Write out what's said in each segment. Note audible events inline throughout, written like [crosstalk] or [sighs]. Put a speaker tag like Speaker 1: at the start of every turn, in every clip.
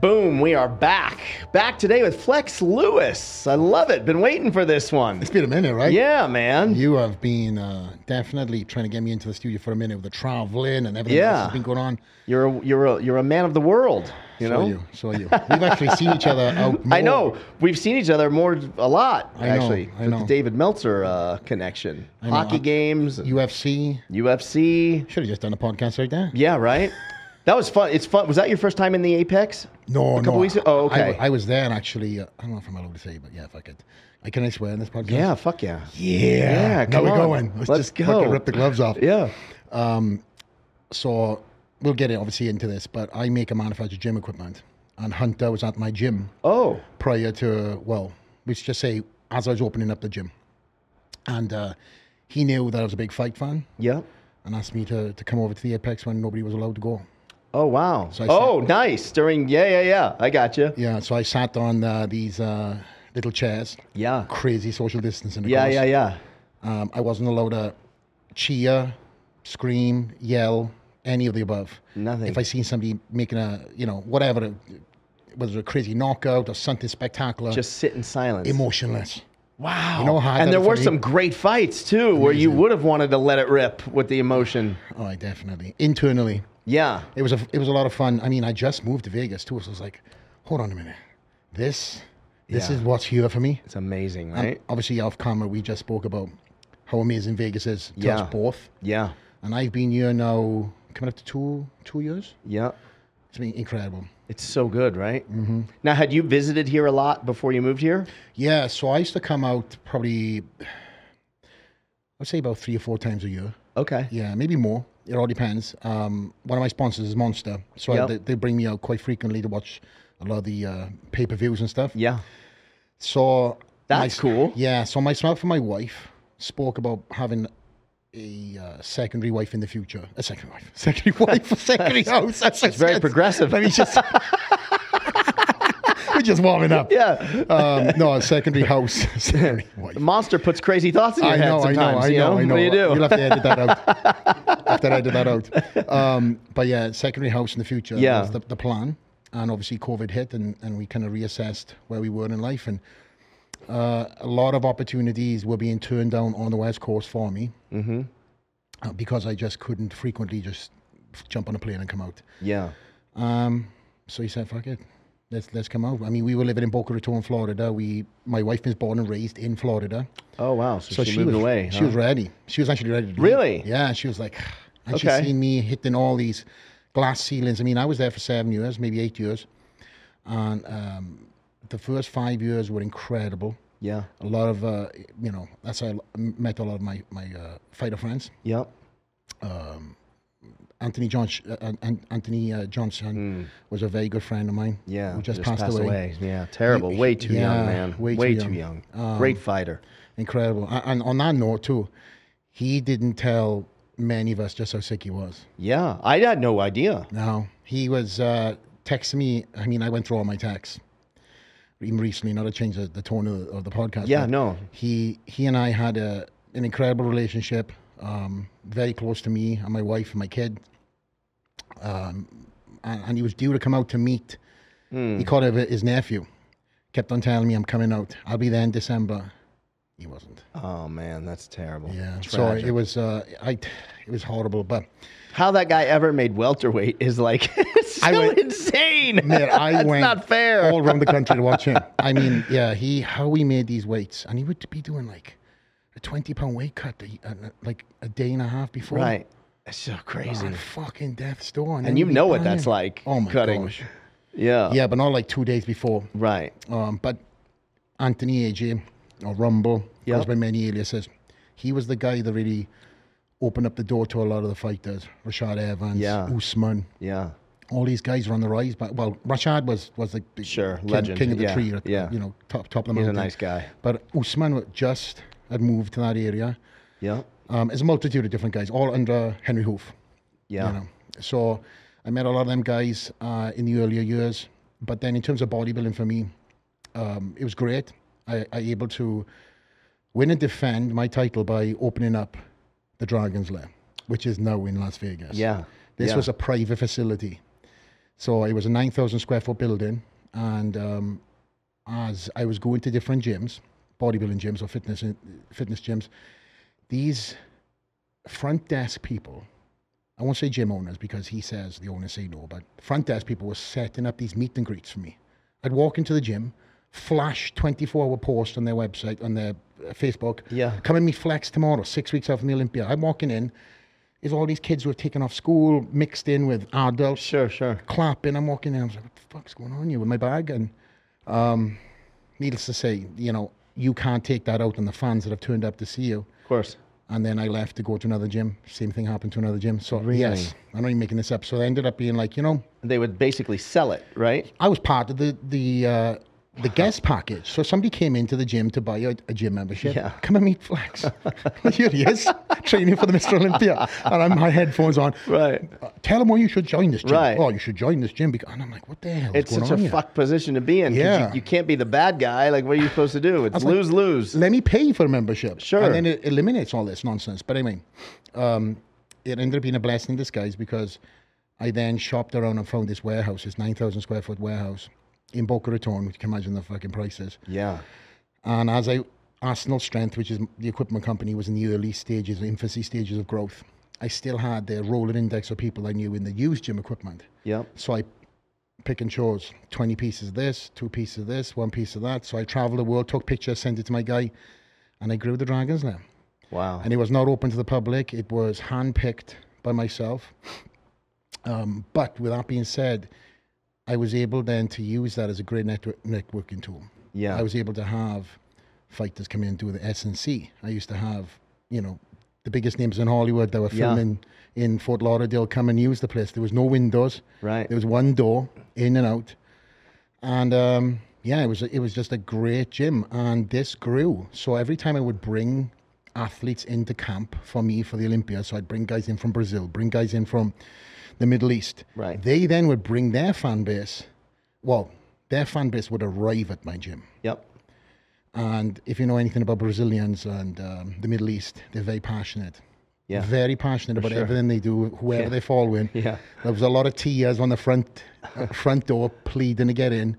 Speaker 1: boom, we are back. Back today with Flex Lewis. I love it. Been waiting for this one.
Speaker 2: It's been a minute, right?
Speaker 1: Yeah, man.
Speaker 2: You have been uh, definitely trying to get me into the studio for a minute with the traveling and everything
Speaker 1: Yeah.
Speaker 2: else that's been going on.
Speaker 1: You're a, you're a, you're a man of the world, you
Speaker 2: So
Speaker 1: know?
Speaker 2: are you, so are you. We've actually seen
Speaker 1: [laughs]
Speaker 2: each other out.
Speaker 1: I
Speaker 2: more.
Speaker 1: know. We've seen each other more a lot,
Speaker 2: I know,
Speaker 1: actually.
Speaker 2: I
Speaker 1: with
Speaker 2: know.
Speaker 1: The David Meltzer uh, connection.
Speaker 2: know.
Speaker 1: Hockey
Speaker 2: I-
Speaker 1: games,
Speaker 2: UFC.
Speaker 1: UFC.
Speaker 2: Should have just done a podcast right there.
Speaker 1: Yeah, right? That was fun. It's fun. Was that your first time in the Apex?
Speaker 2: No,
Speaker 1: A couple
Speaker 2: no.
Speaker 1: weeks ago? Oh,
Speaker 2: I-
Speaker 1: okay.
Speaker 2: I, was there and actually, uh, I don't know if I'm allowed to say, but yeah, if I could. I can I swear on this podcast?
Speaker 1: Yeah, fuck yeah.
Speaker 2: Yeah.
Speaker 1: Yeah,
Speaker 2: now
Speaker 1: come
Speaker 2: we're
Speaker 1: on.
Speaker 2: going. Let's,
Speaker 1: Let's
Speaker 2: just fucking
Speaker 1: go.
Speaker 2: rip the gloves off.
Speaker 1: Yeah.
Speaker 2: So we'll get it obviously into this, but I make and manufacture gym equipment. And Hunter was at my gym
Speaker 1: Oh,
Speaker 2: prior to, well, let's just say as I was opening up the gym. And uh, he knew that I was a big fight fan
Speaker 1: yeah.
Speaker 2: and asked me to, to come over to the Apex when nobody was allowed to go.
Speaker 1: Oh, wow.
Speaker 2: I
Speaker 1: oh, nice. During, yeah, yeah, yeah. I got you.
Speaker 2: Yeah, so I sat on uh, these uh, little chairs.
Speaker 1: Yeah.
Speaker 2: Crazy social distancing. of
Speaker 1: Yeah,
Speaker 2: course.
Speaker 1: yeah, yeah.
Speaker 2: Um, I wasn't allowed to cheer, scream, yell, any of the above.
Speaker 1: Nothing.
Speaker 2: If I seen somebody making a, you know, whatever, whether a crazy knockout or something spectacular,
Speaker 1: Just sit in silence.
Speaker 2: emotionless.
Speaker 1: wow.
Speaker 2: know how I
Speaker 1: and
Speaker 2: got
Speaker 1: there
Speaker 2: it for
Speaker 1: were
Speaker 2: me?
Speaker 1: some great fights too, where you would have wanted to let it rip with the emotion.
Speaker 2: Oh, I definitely internally.
Speaker 1: Yeah.
Speaker 2: It was a, it was a lot of fun. I mean, I just moved to Vegas too, so it was like, hold on a minute, this, this
Speaker 1: Yeah.
Speaker 2: is what's here for me.
Speaker 1: It's amazing, right?
Speaker 2: Obviously, off camera, we just spoke about how amazing Vegas is to
Speaker 1: Yeah.
Speaker 2: us both,
Speaker 1: yeah.
Speaker 2: and I've been here now coming up to two two years.
Speaker 1: Yeah.
Speaker 2: It's been incredible.
Speaker 1: It's so good, right? Mm-hmm. Now, had you visited here a lot before you moved here?
Speaker 2: Yeah, so I used to come out probably, I'd say about three or four times a year.
Speaker 1: Okay.
Speaker 2: Yeah, maybe more. It all depends. Um, one of my sponsors is Monster, so I-
Speaker 1: Yep.
Speaker 2: they, they bring me out quite frequently to watch a lot of the uh, pay per views and stuff. [laughs]
Speaker 1: Yeah.
Speaker 2: So
Speaker 1: That's
Speaker 2: my-
Speaker 1: cool.
Speaker 2: Yeah, so myself and my wife spoke about having a uh, secondary wife in the future. A second wife, [laughs] secondary wife,
Speaker 1: [laughs]
Speaker 2: a secondary house. That's, that's
Speaker 1: very progressive.
Speaker 2: Let me just. [laughs] We're just warming
Speaker 1: [laughs] [laughs]
Speaker 2: up.
Speaker 1: Yeah.
Speaker 2: um, no, secondary house. [laughs] secondary wife.
Speaker 1: The monster puts crazy thoughts in your
Speaker 2: I
Speaker 1: head
Speaker 2: know, I know,
Speaker 1: sometimes.
Speaker 2: I
Speaker 1: you
Speaker 2: know, I know.
Speaker 1: What do you do?
Speaker 2: You'll have to edit that
Speaker 1: [laughs]
Speaker 2: out. After I edit that out. Um, but yeah, secondary house in the future
Speaker 1: Yeah.
Speaker 2: was the, the plan. And obviously COVID hit and, and we kind of reassessed where we were in life. And uh, a lot of opportunities were being turned down on the West Coast for me
Speaker 1: Mm-hmm.
Speaker 2: uh, because I just couldn't frequently just jump on a plane and come out.
Speaker 1: yeah.
Speaker 2: Um, so he said, "Fuck it, let's let's come out." I mean, we were living in Boca Raton, Florida. We, my wife is born and raised in Florida,
Speaker 1: Oh wow. So,
Speaker 2: so
Speaker 1: she, moved
Speaker 2: was,
Speaker 1: away.
Speaker 2: She
Speaker 1: huh?
Speaker 2: was ready. She was actually ready. To leave.
Speaker 1: Really?
Speaker 2: Yeah. She was like, and she's
Speaker 1: Okay.
Speaker 2: seen me hitting all these glass ceilings. I mean, I was there for seven years, maybe eight years, and um, the first five years were incredible.
Speaker 1: yeah.
Speaker 2: A lot of, uh, you know, that's how I l- met a lot of my my uh, fighter friends.
Speaker 1: Yep.
Speaker 2: Anthony John, uh, An- An- Anthony uh, Johnson was a very good friend of mine.
Speaker 1: Hmm. Yeah.
Speaker 2: who just, passed, away.
Speaker 1: Yeah. Terrible.
Speaker 2: He-
Speaker 1: way too young,
Speaker 2: yeah,
Speaker 1: man.
Speaker 2: way too
Speaker 1: too young.
Speaker 2: young. Um,
Speaker 1: Great fighter.
Speaker 2: Incredible. A- And on that note too, he didn't tell many of us just how sick he was.
Speaker 1: Yeah. I had no idea.
Speaker 2: No, he was uh, texting me. I mean, I went through all my texts. Even recently, not to change the, the tone of, of the podcast.
Speaker 1: Yeah,
Speaker 2: but
Speaker 1: no.
Speaker 2: He he and I had a, an incredible relationship. Um, very close to me and my wife and my kid. Um, and, and he was due to come out to meet.
Speaker 1: Hmm.
Speaker 2: He called it his nephew. Kept on telling me, "I'm coming out. I'll be there in December." He wasn't.
Speaker 1: Oh man, that's terrible.
Speaker 2: Yeah. So
Speaker 1: Tragic.
Speaker 2: it was. Uh, I. It was horrible, but.
Speaker 1: How that guy ever made welterweight is like [laughs] so
Speaker 2: I went- [laughs]
Speaker 1: insane.
Speaker 2: Man,
Speaker 1: [laughs]
Speaker 2: I
Speaker 1: That's
Speaker 2: went
Speaker 1: not fair.
Speaker 2: all around the country to watch him.
Speaker 1: [laughs]
Speaker 2: I mean, yeah, he how he made these weights, and he would be doing like a twenty pound weight cut a- a- like a day and a half before.
Speaker 1: right. That's so crazy.
Speaker 2: On fucking death's door,
Speaker 1: And you know what that's like,
Speaker 2: Oh my
Speaker 1: cutting.
Speaker 2: gosh.
Speaker 1: Yeah.
Speaker 2: Yeah, but not like two days before.
Speaker 1: Right.
Speaker 2: Um, but Anthony AJ or Rumble
Speaker 1: Yeah.
Speaker 2: goes by many aliases. He was the guy that really opened up the door to a lot of the fighters. Rashad Evans,
Speaker 1: Yeah.
Speaker 2: Usman
Speaker 1: Yeah.
Speaker 2: all these guys were on the rise. But well, Rashad was was the big
Speaker 1: Sure,
Speaker 2: king,
Speaker 1: legend,
Speaker 2: king of the
Speaker 1: yeah,
Speaker 2: tree, at the-
Speaker 1: yeah.
Speaker 2: you know, top top of the
Speaker 1: He's a
Speaker 2: mountain.
Speaker 1: nice guy.
Speaker 2: But Usman wa- just had moved to that area.
Speaker 1: Yeah.
Speaker 2: Um, there's a multitude of different guys, all under Henry Hoof.
Speaker 1: Yeah.
Speaker 2: You know, so I met a lot of them guys uh, in the earlier years. But then in terms of bodybuilding for me, um, it was great. I, I able to win and defend my title by opening up the Dragon's Lair, which is now in Las Vegas.
Speaker 1: Yeah.
Speaker 2: This
Speaker 1: Yeah.
Speaker 2: was a private facility. So it was a 9,000 square foot building. and um, as I was going to different gyms, bodybuilding gyms or fitness uh, fitness gyms, these front desk people, I won't say gym owners because he says the owners say no, but front desk people were setting up these meet and greets for me. I'd walk into the gym, flash 24 hour post on their website, on their uh, Facebook.
Speaker 1: Yeah.
Speaker 2: Come and meet Flex tomorrow, six weeks after the Olympia. I'm walking in, is all these kids who were taken off school mixed in with adults
Speaker 1: Sure, sure.
Speaker 2: clapping. I'm walking in. I was like, what the fuck's going on here with my bag? And um, needless to say, you know, you can't take that out on the fans that have turned up to see you.
Speaker 1: Of course.
Speaker 2: And then I left to go to another gym. Same thing happened to another gym. So,
Speaker 1: Really?
Speaker 2: yes, I'm not even making this up. So, I ended up being like, you know,
Speaker 1: They would basically sell it, right?
Speaker 2: I was part of the the uh, the guest package. So somebody came into the gym to buy a, a gym membership.
Speaker 1: Yeah.
Speaker 2: Come and
Speaker 1: [laughs]
Speaker 2: meet Flex. Here he is, training for the Mr. Olympia. And I'm my headphones on.
Speaker 1: Right.
Speaker 2: Uh, tell him why you should join this gym.
Speaker 1: Right.
Speaker 2: Oh, you should join this gym because and I'm like, what the hell?
Speaker 1: It's
Speaker 2: is going
Speaker 1: such a
Speaker 2: on here?
Speaker 1: fuck position to be in. 'cause
Speaker 2: Yeah.
Speaker 1: You, you can't be the bad guy. Like, what are you supposed to do? It's lose lose.
Speaker 2: Let me pay for membership.
Speaker 1: Sure.
Speaker 2: And then it eliminates all this nonsense. But anyway, um, it ended up being a blessing in disguise because I then shopped around and found this warehouse, this 9,000 square foot warehouse in Boca Raton, which you can imagine the fucking prices.
Speaker 1: yeah.
Speaker 2: And as I, Arsenal Strength, which is the equipment company, was in the early stages, infancy stages of growth, I still had their rolling index of people I knew in the used gym equipment.
Speaker 1: Yep.
Speaker 2: So I pick and chose 20 pieces of this, two pieces of this, one piece of that. So I traveled the world, took pictures, sent it to my guy, and I grew the Dragons now.
Speaker 1: Wow.
Speaker 2: And it was not open to the public, it was handpicked by myself. Um, but with that being said, I was able then to use that as a great network, networking tool.
Speaker 1: yeah.
Speaker 2: I was able to have fighters come in and do the S and C. I used to have, you know, the biggest names in Hollywood that were
Speaker 1: Yeah.
Speaker 2: filming in Fort Lauderdale come and use the place. There was no windows.
Speaker 1: Right.
Speaker 2: There was one door in and out, and um, yeah, it was it was just a great gym, and this grew. So every time I would bring athletes into camp for me for the Olympia, so I'd bring guys in from Brazil, bring guys in from the Middle East.
Speaker 1: Right.
Speaker 2: They then would bring their fan base. Well, their fan base would arrive at my gym.
Speaker 1: yep.
Speaker 2: And if you know anything about Brazilians and um, the Middle East, they're very passionate.
Speaker 1: Yeah.
Speaker 2: Very passionate about
Speaker 1: sure.
Speaker 2: everything they do, whoever they fall in.
Speaker 1: Yeah.
Speaker 2: There was a lot of tears on the front uh, front door pleading to get in.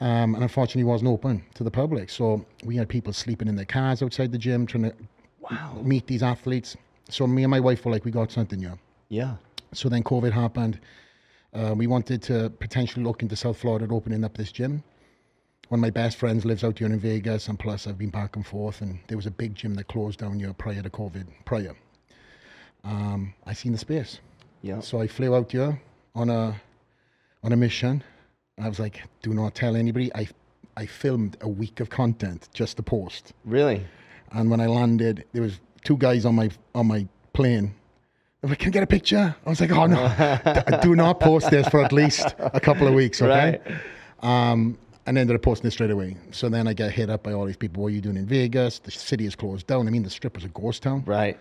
Speaker 2: Um, and unfortunately, it wasn't open to the public. So we had people sleeping in their cars outside the gym trying to
Speaker 1: Wow.
Speaker 2: meet these athletes. So me and my wife were like, we got something here.
Speaker 1: Yeah.
Speaker 2: So then COVID happened. Uh, we wanted to potentially look into South Florida and opening up this gym. One of my best friends lives out here in Vegas, and plus I've been back and forth. And there was a big gym that closed down here prior to COVID. Prior, um, I seen the space,
Speaker 1: Yeah.
Speaker 2: so I flew out here on a on a mission. I was like, "Do not tell anybody." I I filmed a week of content just to post.
Speaker 1: Really?
Speaker 2: And when I landed, there was two guys on my on my plane. They were like, "Can I get a picture?" I was like, "Oh no, D- do not post this for at least a couple of weeks, okay?" Um, and ended up posting it straight away. So then I get hit up by all these people. What are you doing in Vegas? The city is closed down. I mean, the strip was a ghost town,
Speaker 1: Right.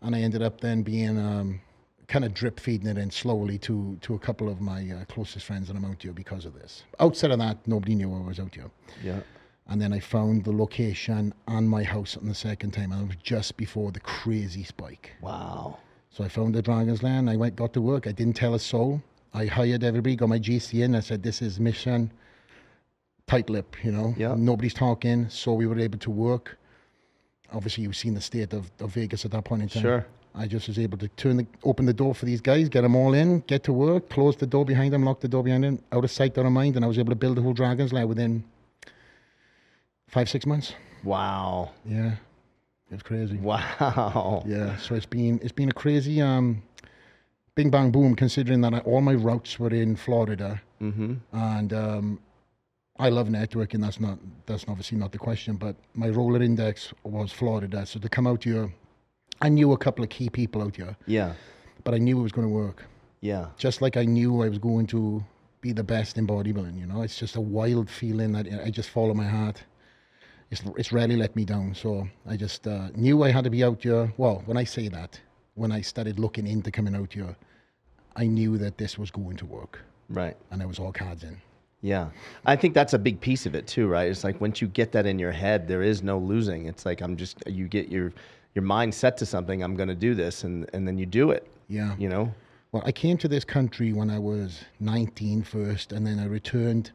Speaker 2: and I ended up then being um, kind of drip feeding it in slowly to to a couple of my uh, closest friends that I'm out here because of this. Outside of that, nobody knew I was out here.
Speaker 1: Yeah.
Speaker 2: And then I found the location and my house on the second time. And it was just before the crazy spike.
Speaker 1: Wow.
Speaker 2: So I found the Dragon's Land. I went, got to work. I didn't tell a soul. I hired everybody, got my GC in. I said, this is mission, tight lip, you know.
Speaker 1: Yeah.
Speaker 2: Nobody's talking. So we were able to work. Obviously, you've seen the state of, of Vegas at that point in time.
Speaker 1: Sure.
Speaker 2: I just was able to turn the, open the door for these guys, get them all in, get to work, close the door behind them, lock the door behind them, out of sight, out of mind. And I was able to build the whole Dragon's Land within five, six months.
Speaker 1: Wow. [laughs]
Speaker 2: Yeah, it was crazy.
Speaker 1: Wow.
Speaker 2: Yeah, so it's been it's been a crazy um, bing bang boom. Considering that I, all my routes were in Florida,
Speaker 1: Mm-hmm.
Speaker 2: and um, I love networking. That's not that's obviously not the question, but my roller index was Florida. So to come out here, I knew a couple of key people out here,
Speaker 1: Yeah.
Speaker 2: but I knew it was going to work.
Speaker 1: Yeah.
Speaker 2: Just like I knew I was going to be the best in bodybuilding. You know, it's just a wild feeling that I just follow my heart. It's, it's rarely let me down. So I just uh, knew I had to be out here. Well, when I say that, when I started looking into coming out here, I knew that this was going to work,
Speaker 1: Right.
Speaker 2: and I was all cards in.
Speaker 1: Yeah. I think that's a big piece of it too, right? It's like once you get that in your head, there is no losing. It's like I'm just you get your your mind set to something, I'm gonna do this and, and then you do it.
Speaker 2: Yeah.
Speaker 1: You know? [laughs]
Speaker 2: Well, I came to this country when I was 19 first, and then I returned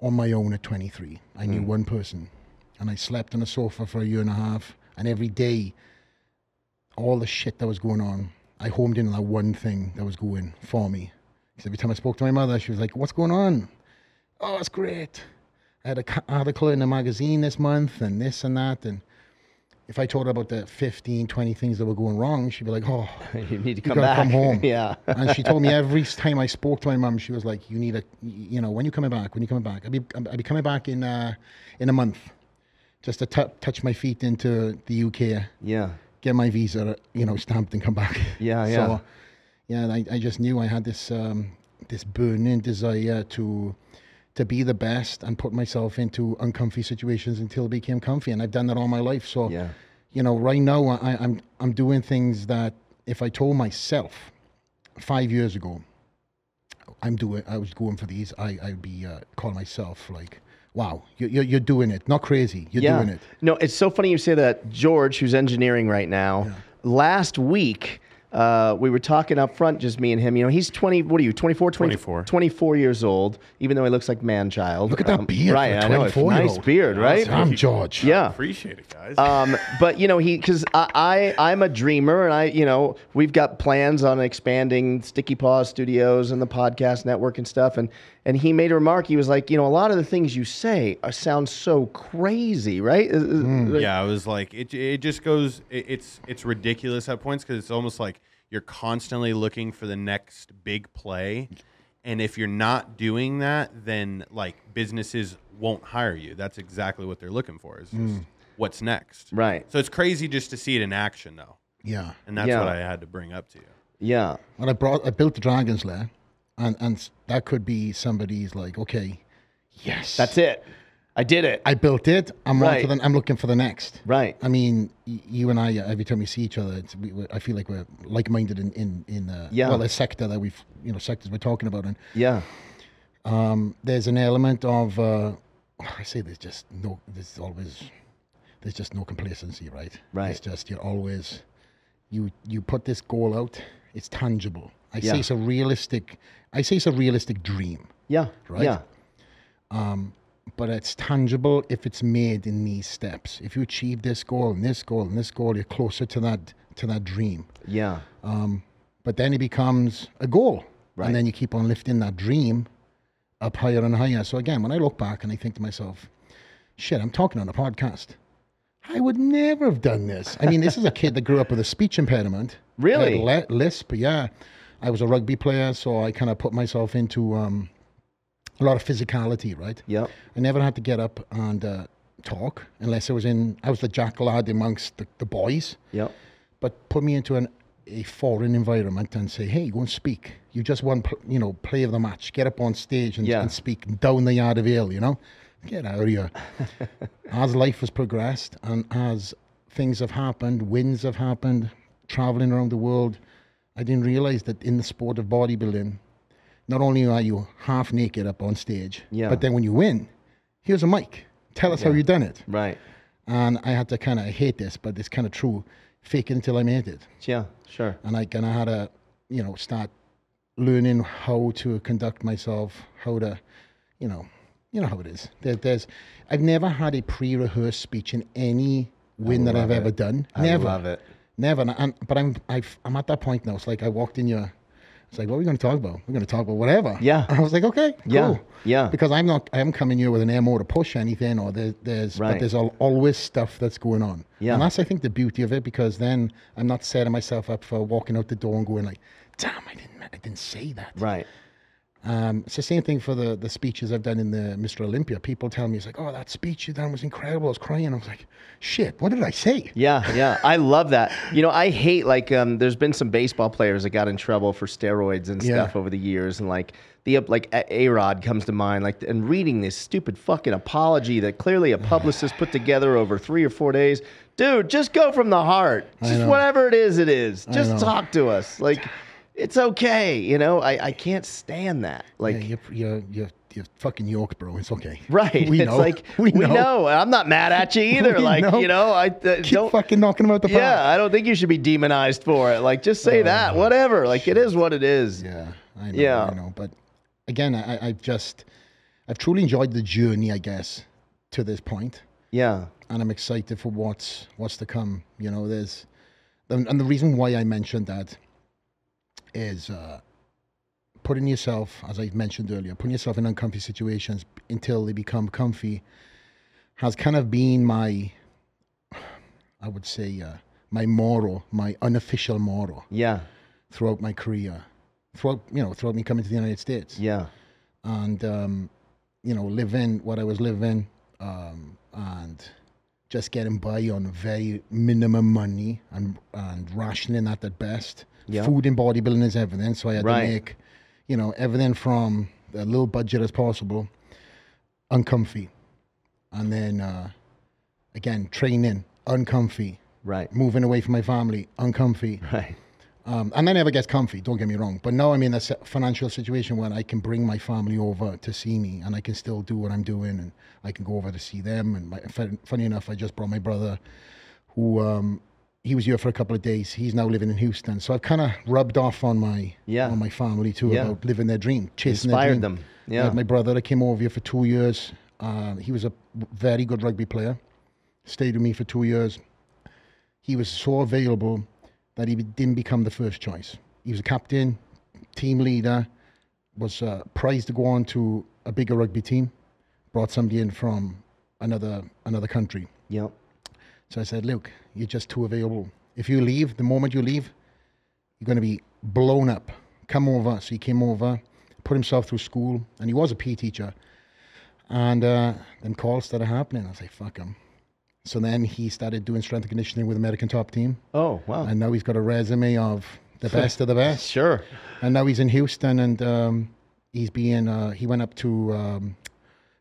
Speaker 2: on my own at 23. I knew one person, and I slept on a sofa for a year and a half. And every day, all the shit that was going on, I homed in on that one thing that was going for me. Because every time I spoke to my mother, she was like, "What's going on? Oh, it's great. I had an article in a magazine this month, and this and that." And if I told her about the 15, 20 things that were going wrong, she'd be like, "Oh,
Speaker 1: you need to
Speaker 2: you
Speaker 1: come
Speaker 2: gotta
Speaker 1: back.
Speaker 2: come home.
Speaker 1: [laughs] yeah.
Speaker 2: [laughs] and she told me every time I spoke to my mum, she was like, "You need a, you know, when you coming back? When you coming back? I'll be, I'll be coming back in, uh, in a month, just to tou- touch my feet into the UK,
Speaker 1: Yeah.
Speaker 2: get my visa, you know, stamped and come back."
Speaker 1: Yeah, yeah.
Speaker 2: [laughs] So, yeah, and I, I just knew I had this, um, this burning desire to, to be the best and put myself into uncomfy situations until it became comfy, and I've done that all my life. So
Speaker 1: Yeah.
Speaker 2: you know, right now I, I'm I'm doing things that if I told myself five years ago, I'm doing, I was going for these, I I'd be uh, calling myself like, wow, you- you're you're doing it, not crazy, you're
Speaker 1: yeah.
Speaker 2: doing it.
Speaker 1: No, it's so funny you say that. George, who's engineering right now, last week uh, we were talking up front, just me and him. You know, he's 20, what are you, 24, 20
Speaker 3: 24.
Speaker 1: 24 years old, even though he looks like man child. Um,
Speaker 2: Look at that beard,
Speaker 1: Right,
Speaker 2: for a
Speaker 1: I know. It's
Speaker 2: 24-year-old.
Speaker 1: nice beard, right?
Speaker 2: I'm George.
Speaker 1: Yeah.
Speaker 3: Appreciate it, guys.
Speaker 1: Um, but you know, he because I, I I'm a dreamer, and I you know we've got plans on expanding Sticky Paws Studios and the podcast network and stuff. And and he made a remark. He was like, you know, a lot of the things you say are, sound so crazy, right? Uh, Is- is- like-
Speaker 3: yeah, I was like, it, it just goes, it, it's it's ridiculous at points because it's almost like you're constantly looking for the next big play, and if you're not doing that, then like businesses won't hire you. That's exactly what they're looking for. Is just what's next,
Speaker 1: Right.
Speaker 3: So it's crazy just to see it in action though,
Speaker 2: yeah.
Speaker 3: and that's
Speaker 1: Yeah.
Speaker 3: what I had to bring up to you.
Speaker 1: Yeah.
Speaker 2: Well, I brought, I built the Dragon's Lair, and and s- that could be somebody's like, okay, yes,
Speaker 1: That's it. I did it.
Speaker 2: I built it. I'm on
Speaker 1: Right.
Speaker 2: to the, I'm looking for the next.
Speaker 1: right.
Speaker 2: I mean, y- you and I, uh, every time we see each other, it's, we, we, I feel like we're like-minded in in in uh,
Speaker 1: Yeah.
Speaker 2: well, the sector that we've you know sectors we're talking about, and
Speaker 1: Yeah.
Speaker 2: um, there's an element of uh, I say there's just no there's always there's just no complacency, right?
Speaker 1: Right.
Speaker 2: It's just you're always you you put this goal out, it's tangible. I
Speaker 1: Yeah.
Speaker 2: say it's a realistic. I say it's a realistic dream,
Speaker 1: Yeah.
Speaker 2: Right.
Speaker 1: Yeah.
Speaker 2: but it's tangible if it's made in these steps. If you achieve this goal and this goal and this goal, you're closer to that to that dream.
Speaker 1: Yeah.
Speaker 2: but then it becomes a goal.
Speaker 1: Right.
Speaker 2: And then you keep on lifting that dream up higher and higher. So again, when I look back and I think to myself, shit, I'm talking on a podcast. I would never have done this. I mean, this is a kid that grew up with a speech impairment.
Speaker 1: [laughs] Really?
Speaker 2: I had li- lisp, yeah. I was a rugby player, so I kind of put myself into um, a lot of physicality, right?
Speaker 1: Yep.
Speaker 2: I never had to get up and uh, talk unless I was in, I was the jack lad amongst the, the boys
Speaker 1: Yep.
Speaker 2: but put me into an a foreign environment and say, "Hey, go and speak. You just won, pl- you know, play of the match. Get up on stage and,
Speaker 1: Yeah.
Speaker 2: and speak down the yard of ale. You know, get out of
Speaker 1: [laughs]
Speaker 2: here." as life has progressed and as things have happened, wins have happened, traveling around the world, I didn't realize that in the sport of bodybuilding, not only are you half naked up on stage,
Speaker 1: Yeah.
Speaker 2: but then when you win, here's a mic. Tell us how you done it.
Speaker 1: Right.
Speaker 2: And I had to kind of hate this, but it's kind of true. Fake it until I made it
Speaker 1: Yeah. Sure.
Speaker 2: and I kind of had to, you know, start learning how to conduct myself, how to, you know, you know how it is. There, there's, I've never had a pre-rehearsed speech in any win that I've ever done. never,
Speaker 1: I love it.
Speaker 2: never. And, and- but I'm, I've, I'm at that point now. It's like I walked in your. It's like, what are we going to talk about? We're going to talk about whatever.
Speaker 1: Yeah.
Speaker 2: And I was like, okay,
Speaker 1: Yeah.
Speaker 2: cool.
Speaker 1: Yeah.
Speaker 2: Because I'm not, I'm coming here with an ammo to push anything, or there, there's,
Speaker 1: Right.
Speaker 2: but there's al always stuff that's going on.
Speaker 1: Yeah.
Speaker 2: And that's, I think, the beauty of it, because then I'm not setting myself up for walking out the door and going like, damn, I didn't, I didn't say that.
Speaker 1: Right.
Speaker 2: Um, it's the same thing for the the speeches I've done in the Mr. Olympia. People tell me, it's like, oh, that speech you done was incredible. I was crying. I was like, shit, what did I say?
Speaker 1: Yeah, yeah, I love that. You know, I hate like um, there's been some baseball players that got in trouble for steroids and
Speaker 2: Yeah.
Speaker 1: stuff over the years, and like the like A Rod comes to mind, like and reading this stupid fucking apology that clearly a publicist put together over three or four days. Dude, just go from the heart. Just
Speaker 2: know.
Speaker 1: whatever it is, it is. Just
Speaker 2: know.
Speaker 1: talk to us. Like, it's okay. You know, I, I can't stand that. Like,
Speaker 2: Yeah, you're, you're, you're, you're fucking York, bro. It's okay.
Speaker 1: [laughs] right?
Speaker 2: We
Speaker 1: it's
Speaker 2: know.
Speaker 1: like
Speaker 2: [laughs] we know.
Speaker 1: and I'm not mad at you either.
Speaker 2: [laughs] We
Speaker 1: like,
Speaker 2: know.
Speaker 1: you know, I uh,
Speaker 2: Keep
Speaker 1: don't.
Speaker 2: fucking knocking about the park.
Speaker 1: Yeah, I don't think you should be demonized for it. Like, just say that, whatever. Like, it is what it is.
Speaker 2: Yeah, I know.
Speaker 1: Yeah.
Speaker 2: I know. But again, I, I've just, I've truly enjoyed the journey, I guess, to this point,
Speaker 1: Yeah.
Speaker 2: and I'm excited for what's what's to come. You know, there's and, and the reason why I mentioned that is uh, putting yourself, as I mentioned earlier, putting yourself in uncomfy situations until they become comfy has kind of been my, I would say, uh, my moral, my unofficial moral
Speaker 1: Yeah.
Speaker 2: throughout my career, throughout you know throughout me coming to the United States
Speaker 1: Yeah.
Speaker 2: and um, you know living what I was living um, and just getting by on very minimum money and and rationing that at best.
Speaker 1: Yeah.
Speaker 2: Food and bodybuilding is everything, so I had
Speaker 1: Right.
Speaker 2: to make you know everything from a little budget as possible, uncomfy, and then uh, again training uncomfy,
Speaker 1: Right. [laughs]
Speaker 2: moving away from my family uncomfy.
Speaker 1: Right.
Speaker 2: Um, and I never get comfy, don't get me wrong. But now I'm in a se- financial situation where I can bring my family over to see me and I can still do what I'm doing and I can go over to see them. And my, fun- funny enough, I just brought my brother who um, he was here for a couple of days. He's now living in Houston. So I've kind of rubbed off on my
Speaker 1: Yeah.
Speaker 2: on my family too
Speaker 1: Yeah.
Speaker 2: about living their dream, chasing their
Speaker 1: Inspired
Speaker 2: dream.
Speaker 1: them.
Speaker 2: I
Speaker 1: Yeah.
Speaker 2: had my brother that came over here for two years. Uh, he was a very good rugby player. Stayed with me for two years. He was so available that he didn't become the first choice. He was a captain, team leader, was uh, prized to go on to a bigger rugby team. Brought somebody in from another another country.
Speaker 1: Yep.
Speaker 2: So I said, "Look, you're just too available. If you leave, the moment you leave, you're going to be blown up. Come over." So he came over, put himself through school, and he was a PE teacher. And uh, then calls started happening. I was like, "Fuck him." So then he started doing strength and conditioning with American top team,
Speaker 1: Oh wow.
Speaker 2: and now he's got a resume of the best of the best.
Speaker 1: Sure.
Speaker 2: And now he's in Houston, and um, he's being uh, he went up to um,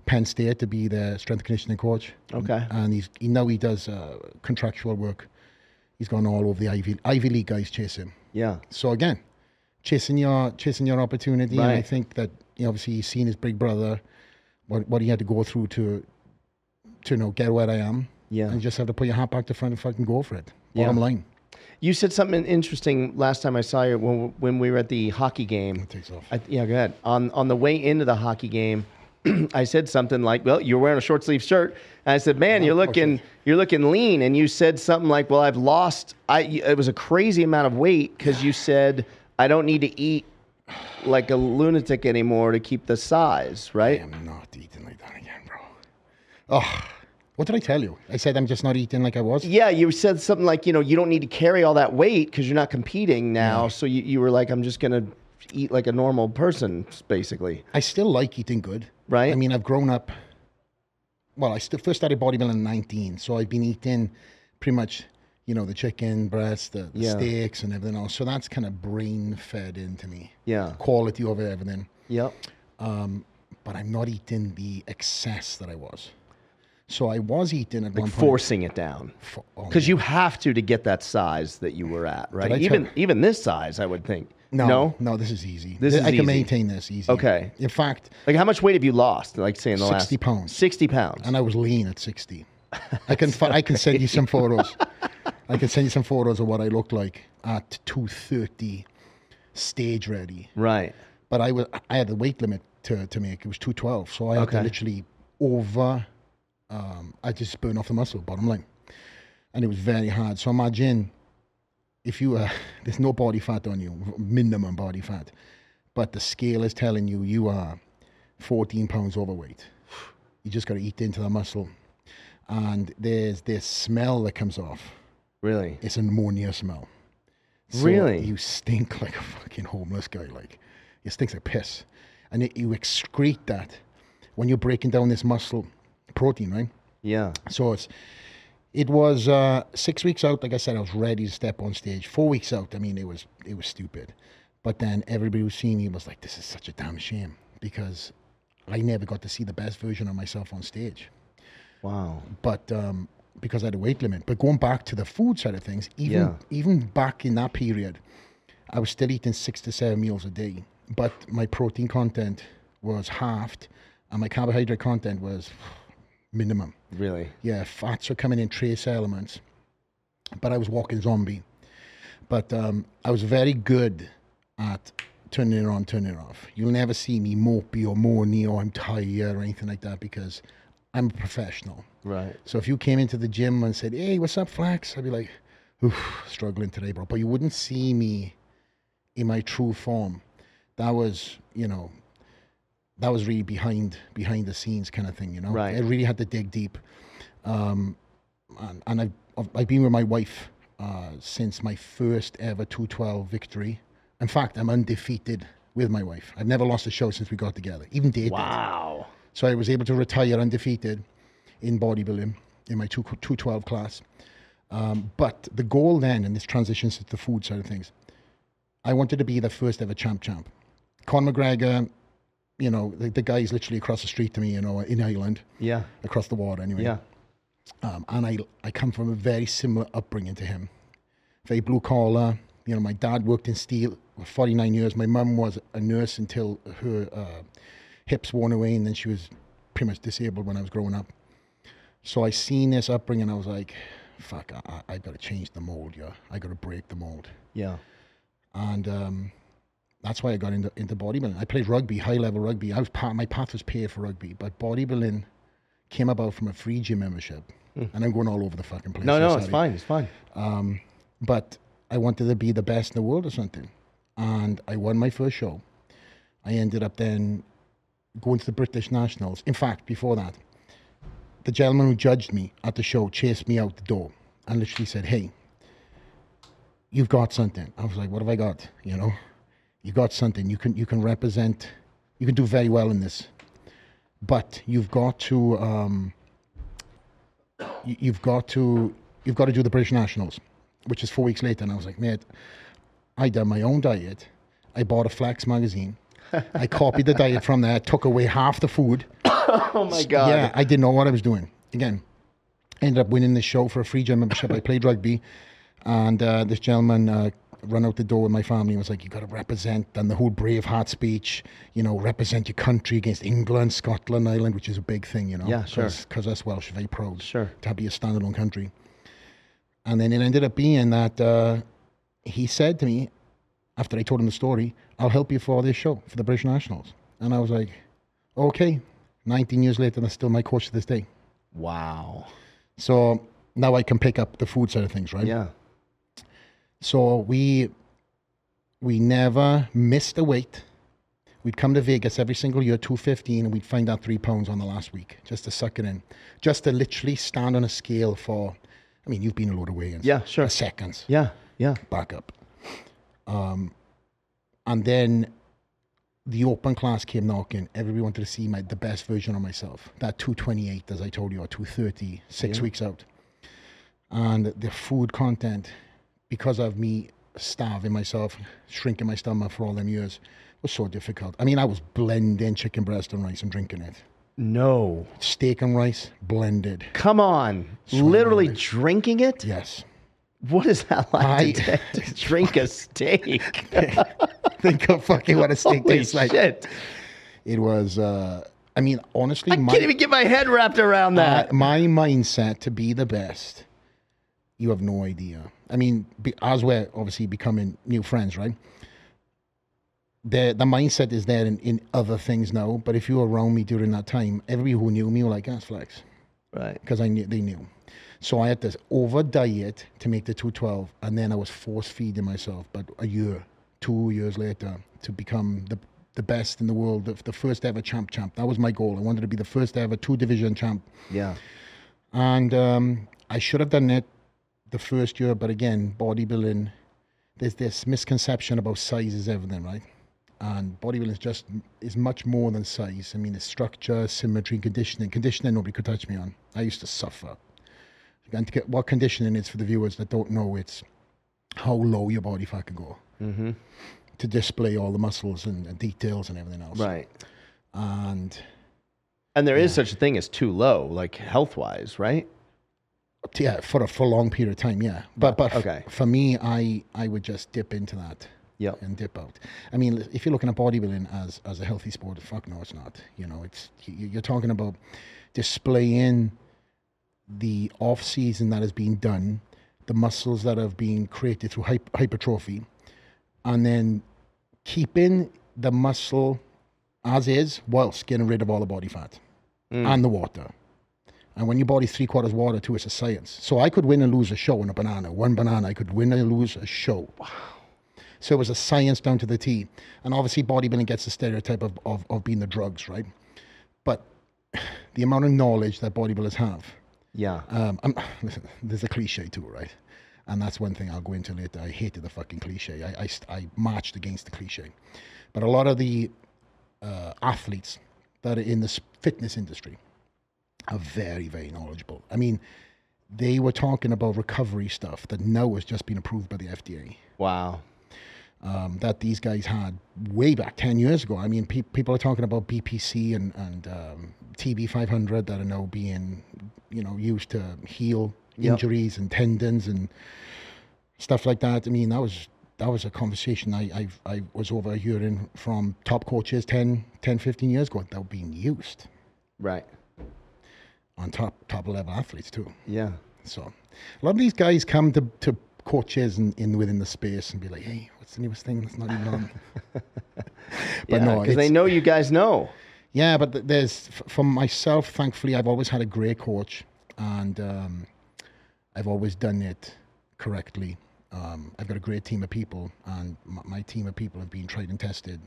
Speaker 2: Penn State to be the strength and conditioning coach
Speaker 1: Okay.
Speaker 2: and he's he now he does uh, contractual work. He's gone all over the Ivy Ivy League guys chase him.
Speaker 1: Yeah.
Speaker 2: So again, chasing your chasing your opportunity, and I
Speaker 1: Right.
Speaker 2: think that you know, obviously he's seen his big brother, what what he had to go through to to you know get where I am,
Speaker 1: Yeah.
Speaker 2: and just have to put your hat back to front and fucking go for it.
Speaker 1: Yeah.
Speaker 2: Bottom line,
Speaker 1: You said something interesting last time I saw you when when we were at the hockey game.
Speaker 2: it takes off.
Speaker 1: I, yeah, go ahead. On on the way into the hockey game, [clears throat] I said something like, "Well, you're wearing a short sleeve shirt." And I said, "Man, you're looking you're looking lean." And you said something like, "Well, I've lost I it was a crazy amount of weight cuz you said I don't need to eat like a lunatic anymore to keep the size,
Speaker 2: I
Speaker 1: right?"
Speaker 2: am not eating like that again, bro. Oh, what did I tell you? I said I'm just not eating like I was.
Speaker 1: Yeah, you said something like, you know, you don't need to carry all that weight because you're not competing now. So you, you were like, I'm just going to eat like a normal person, basically.
Speaker 2: I still like eating good.
Speaker 1: Right.
Speaker 2: I mean, I've grown up. Well, I still first started bodybuilding at 19, so I've been eating pretty much, you know, the chicken breast, the, the
Speaker 1: Yeah.
Speaker 2: steaks, and everything else. So that's kind of brain fed into me.
Speaker 1: Yeah.
Speaker 2: Quality over everything,
Speaker 1: Yep.
Speaker 2: but I'm not eating the excess that I was. So I was eating at one point.
Speaker 1: Forcing it down.
Speaker 2: Fo- oh,
Speaker 1: Because you have to to get that size that you were at, right?
Speaker 2: I
Speaker 1: Even
Speaker 2: tell-
Speaker 1: even this size, I would think.
Speaker 2: no, no, this is easy.
Speaker 1: This
Speaker 2: Th-
Speaker 1: is
Speaker 2: I can
Speaker 1: easy.
Speaker 2: maintain this easy.
Speaker 1: Okay.
Speaker 2: In fact,
Speaker 1: Like, how much weight have you lost? Like, say in the
Speaker 2: 60
Speaker 1: last
Speaker 2: pounds.
Speaker 1: Sixty pounds.
Speaker 2: and I was lean at 60. I can fi- I can send you some photos. I can send you some photos of what I looked like at 230, stage ready.
Speaker 1: Right.
Speaker 2: But I was I had the weight limit to, to make. It was 212, so I had to
Speaker 1: Okay.
Speaker 2: literally over. Um, I just burned off the muscle. Bottom line, and it was very hard. So imagine if you are [laughs] there's no body fat on you, minimum body fat, but the scale is telling you you are 14 pounds overweight. You just got to eat into the muscle, and there's this smell that comes off.
Speaker 1: Really.
Speaker 2: It's an ammonia smell. So
Speaker 1: Really?
Speaker 2: you stink like a fucking homeless guy. Like it stinks like piss, and it, you excrete that when you're breaking down this muscle protein, right?
Speaker 1: Yeah.
Speaker 2: So it's it was uh, six weeks out. Like I said, I was ready to step on stage. Four weeks out, I mean, it was it was stupid. But then everybody who seen me was like, "This is such a damn shame," because I never got to see the best version of myself on stage.
Speaker 1: Wow.
Speaker 2: But um, because I had a weight limit. But going back to the food side of things, even
Speaker 1: Yeah.
Speaker 2: even back in that period, I was still eating six to seven meals a day. But my protein content was halved, and my carbohydrate content was minimum
Speaker 1: Really.
Speaker 2: yeah, fats are coming in trace elements. But I was walking zombie. But um, I was very good at turning it on, turning it off. You'll never see me mopey or moany or I'm tired or anything like that because I'm a professional.
Speaker 1: Right.
Speaker 2: So if you came into the gym and said, "Hey, what's up, Flax?" I'd be like, "Oof, struggling today, bro." But you wouldn't see me in my true form. That was, you know, that was really behind behind the scenes kind of thing. You know,
Speaker 1: Right.
Speaker 2: I really had to dig deep. Um, and, and I've I've- I've been with my wife uh, since my first ever two twelve victory. In fact, I'm undefeated with my wife. I've never lost a show since we got together, even dated.
Speaker 1: Wow.
Speaker 2: So I was able to retire undefeated in bodybuilding in my 2 212 class. Um, but the goal then, and this transitions to the food side of things, I wanted to be the first ever champ champ. Con McGregor, you know, the, the guy is literally across the street to me, you know, in Ireland,
Speaker 1: Yeah.
Speaker 2: across the water anyway.
Speaker 1: Yeah.
Speaker 2: Um, and I, I come from a very similar upbringing to him. Very blue collar. You know, my dad worked in steel for 49 years. My mum was a nurse until her uh, hips worn away, and then she was pretty much disabled when I was growing up. So I seen this upbringing. I was like, fuck, I, I, I got to change the mold, yeah. I got to break the mold.
Speaker 1: Yeah.
Speaker 2: And um, that's why I got into, into bodybuilding. I played rugby, high level rugby. I was pa my path was paved for rugby, but bodybuilding came about from a free gym membership. And I'm going all over the fucking place.
Speaker 1: Hmm. No,
Speaker 2: I'm
Speaker 1: no, it's
Speaker 2: sorry.
Speaker 1: fine. It's fine.
Speaker 2: But I wanted to be the best in the world or something. And I won my first show. I ended up then going to the British Nationals. In fact, before that, the gentleman who judged me at the show chased me out the door and literally said, Hey, you've got something. I was like, What have I got? You know? You got something. You can you can represent you can do very well in this. But you've got to um, you- you've got to you've got to do the British Nationals, which is four weeks later. And I was like, mate, I done my own diet. I bought a
Speaker 1: [laughs]
Speaker 2: Flax magazine. I copied the diet from there. Took away half the food.
Speaker 1: Oh my god.
Speaker 2: Yeah, I didn't know what I was doing. Again, ended up winning the show for a free gym membership. I played rugby, and uh, this gentleman uh, ran out the door with my family and was like, "You got to represent." And the whole Braveheart speech, you know, represent your country against England, Scotland, Ireland, which is a big thing, you know.
Speaker 1: Yeah, sure.
Speaker 2: Because us Welsh are very proud.
Speaker 1: Sure.
Speaker 2: To be a standalone country. And then it ended up being that uh, he said to me, after I told him the story, I'll help you for this show, for the British Nationals. And I was like, okay. 19 years later, that's still my coach to this day.
Speaker 1: Wow.
Speaker 2: So now I can pick up the food side of things, right?
Speaker 1: Yeah.
Speaker 2: So we we never missed a weight. We'd come to Vegas every single year, 215, and we'd find out three pounds on the last week just to suck it in, just to literally stand on a scale for, I mean, you've been a load of weigh-ins.
Speaker 1: Yeah, sure.
Speaker 2: A seconds
Speaker 1: Yeah. Yeah.
Speaker 2: back up. Um, and then the open class came knocking. Everybody wanted to see my the best version of myself. That 228, as I told you, or 230, six weeks out. And the food content, because of me starving myself, shrinking my stomach for all them years, was so difficult. I mean, I was blending chicken breast and rice and drinking it.
Speaker 1: No.
Speaker 2: Steak and rice, blended.
Speaker 1: Come on. Literally drinking it?
Speaker 2: Yes. [laughs]
Speaker 1: What is that like
Speaker 2: I-
Speaker 1: to,
Speaker 2: [laughs]
Speaker 1: ta- to drink a steak?
Speaker 2: Think of fucking what a steak
Speaker 1: [laughs] Holy
Speaker 2: tastes like.
Speaker 1: shit.
Speaker 2: It was, uh, I mean, honestly,
Speaker 1: I can't even get my head wrapped around that.
Speaker 2: Uh, my mindset to be the best, you have no idea. I mean, be, as we're obviously becoming new friends, right? The the mindset is there in, in other things now, but if you were around me during that time, everybody who knew me were like, "That's flex,"
Speaker 1: right.
Speaker 2: because I knew they knew. So I had this over diet to make the two twelve, and then I was force feeding myself. But a year, two years later, to become the the best in the world, the, the first ever champ champ. That was my goal. I wanted to be the first ever two division champ
Speaker 1: Yeah.
Speaker 2: and um, I should have done it the first year, but again, bodybuilding, there's this misconception about size is everything, right? And bodybuilding is just is much more than size. I mean, it's structure, symmetry, conditioning. Conditioning nobody could touch me on. I used to suffer. And to get what conditioning is for the viewers that don't know, it's how low your body fat can go
Speaker 1: Mm-hmm.
Speaker 2: to display all the muscles and, and details and everything else.
Speaker 1: Right.
Speaker 2: And
Speaker 1: And there is such a thing as too low, like health wise, right?
Speaker 2: yeah, for a for a long period of time, yeah. But but f-
Speaker 1: Okay.
Speaker 2: for me, I I would just dip into that
Speaker 1: Yep.
Speaker 2: and dip out. I mean, l- if you're looking at bodybuilding as as a healthy sport, fuck no, it's not. You know, it's y- y- you're talking about displaying the off season that has been done, the muscles that have been created through hyp- hypertrophy, and then keeping the muscle as is whilst getting rid of all the body fat
Speaker 1: Mm.
Speaker 2: and the water. And when your body's three quarters water, too, it's a science. So I could win and lose a show in a banana. One banana, I could win and lose a show. So it was a science down to the T. And obviously, bodybuilding gets the stereotype of, of, of being the drugs, right? But [sighs] the amount of knowledge that bodybuilders have.
Speaker 1: Yeah.
Speaker 2: Um, I'm, [sighs] listen, there's a cliche too, right? And that's one thing I'll go into later. I hated the fucking cliche. I, I, st- I marched against the cliche. But a lot of the uh, athletes that are in this fitness industry are very, very knowledgeable. I mean, they were talking about recovery stuff that now has just been approved by the FDA
Speaker 1: Wow.
Speaker 2: um, that these guys had way back 10 years ago. I mean, pe- people are talking about BPC and, and um, TB 500 that are now being, you know, used to heal
Speaker 1: Yep.
Speaker 2: injuries and tendons and stuff like that. I mean, that was that was a conversation I I, I was overhearing from top coaches 10, 10, 15 years ago that were being used
Speaker 1: Right.
Speaker 2: on top top level athletes too.
Speaker 1: Yeah.
Speaker 2: So a lot of these guys come to, to coaches and in within the space and be like, hey, what's the newest thing that's not even on? but
Speaker 1: yeah,
Speaker 2: no,
Speaker 1: because they
Speaker 2: it's-
Speaker 1: know you guys know.
Speaker 2: yeah, but th- there's f- for myself. Thankfully, I've always had a great coach, and um, I've always done it correctly. Um, I've got a great team of people, and m- my team of people have been tried and tested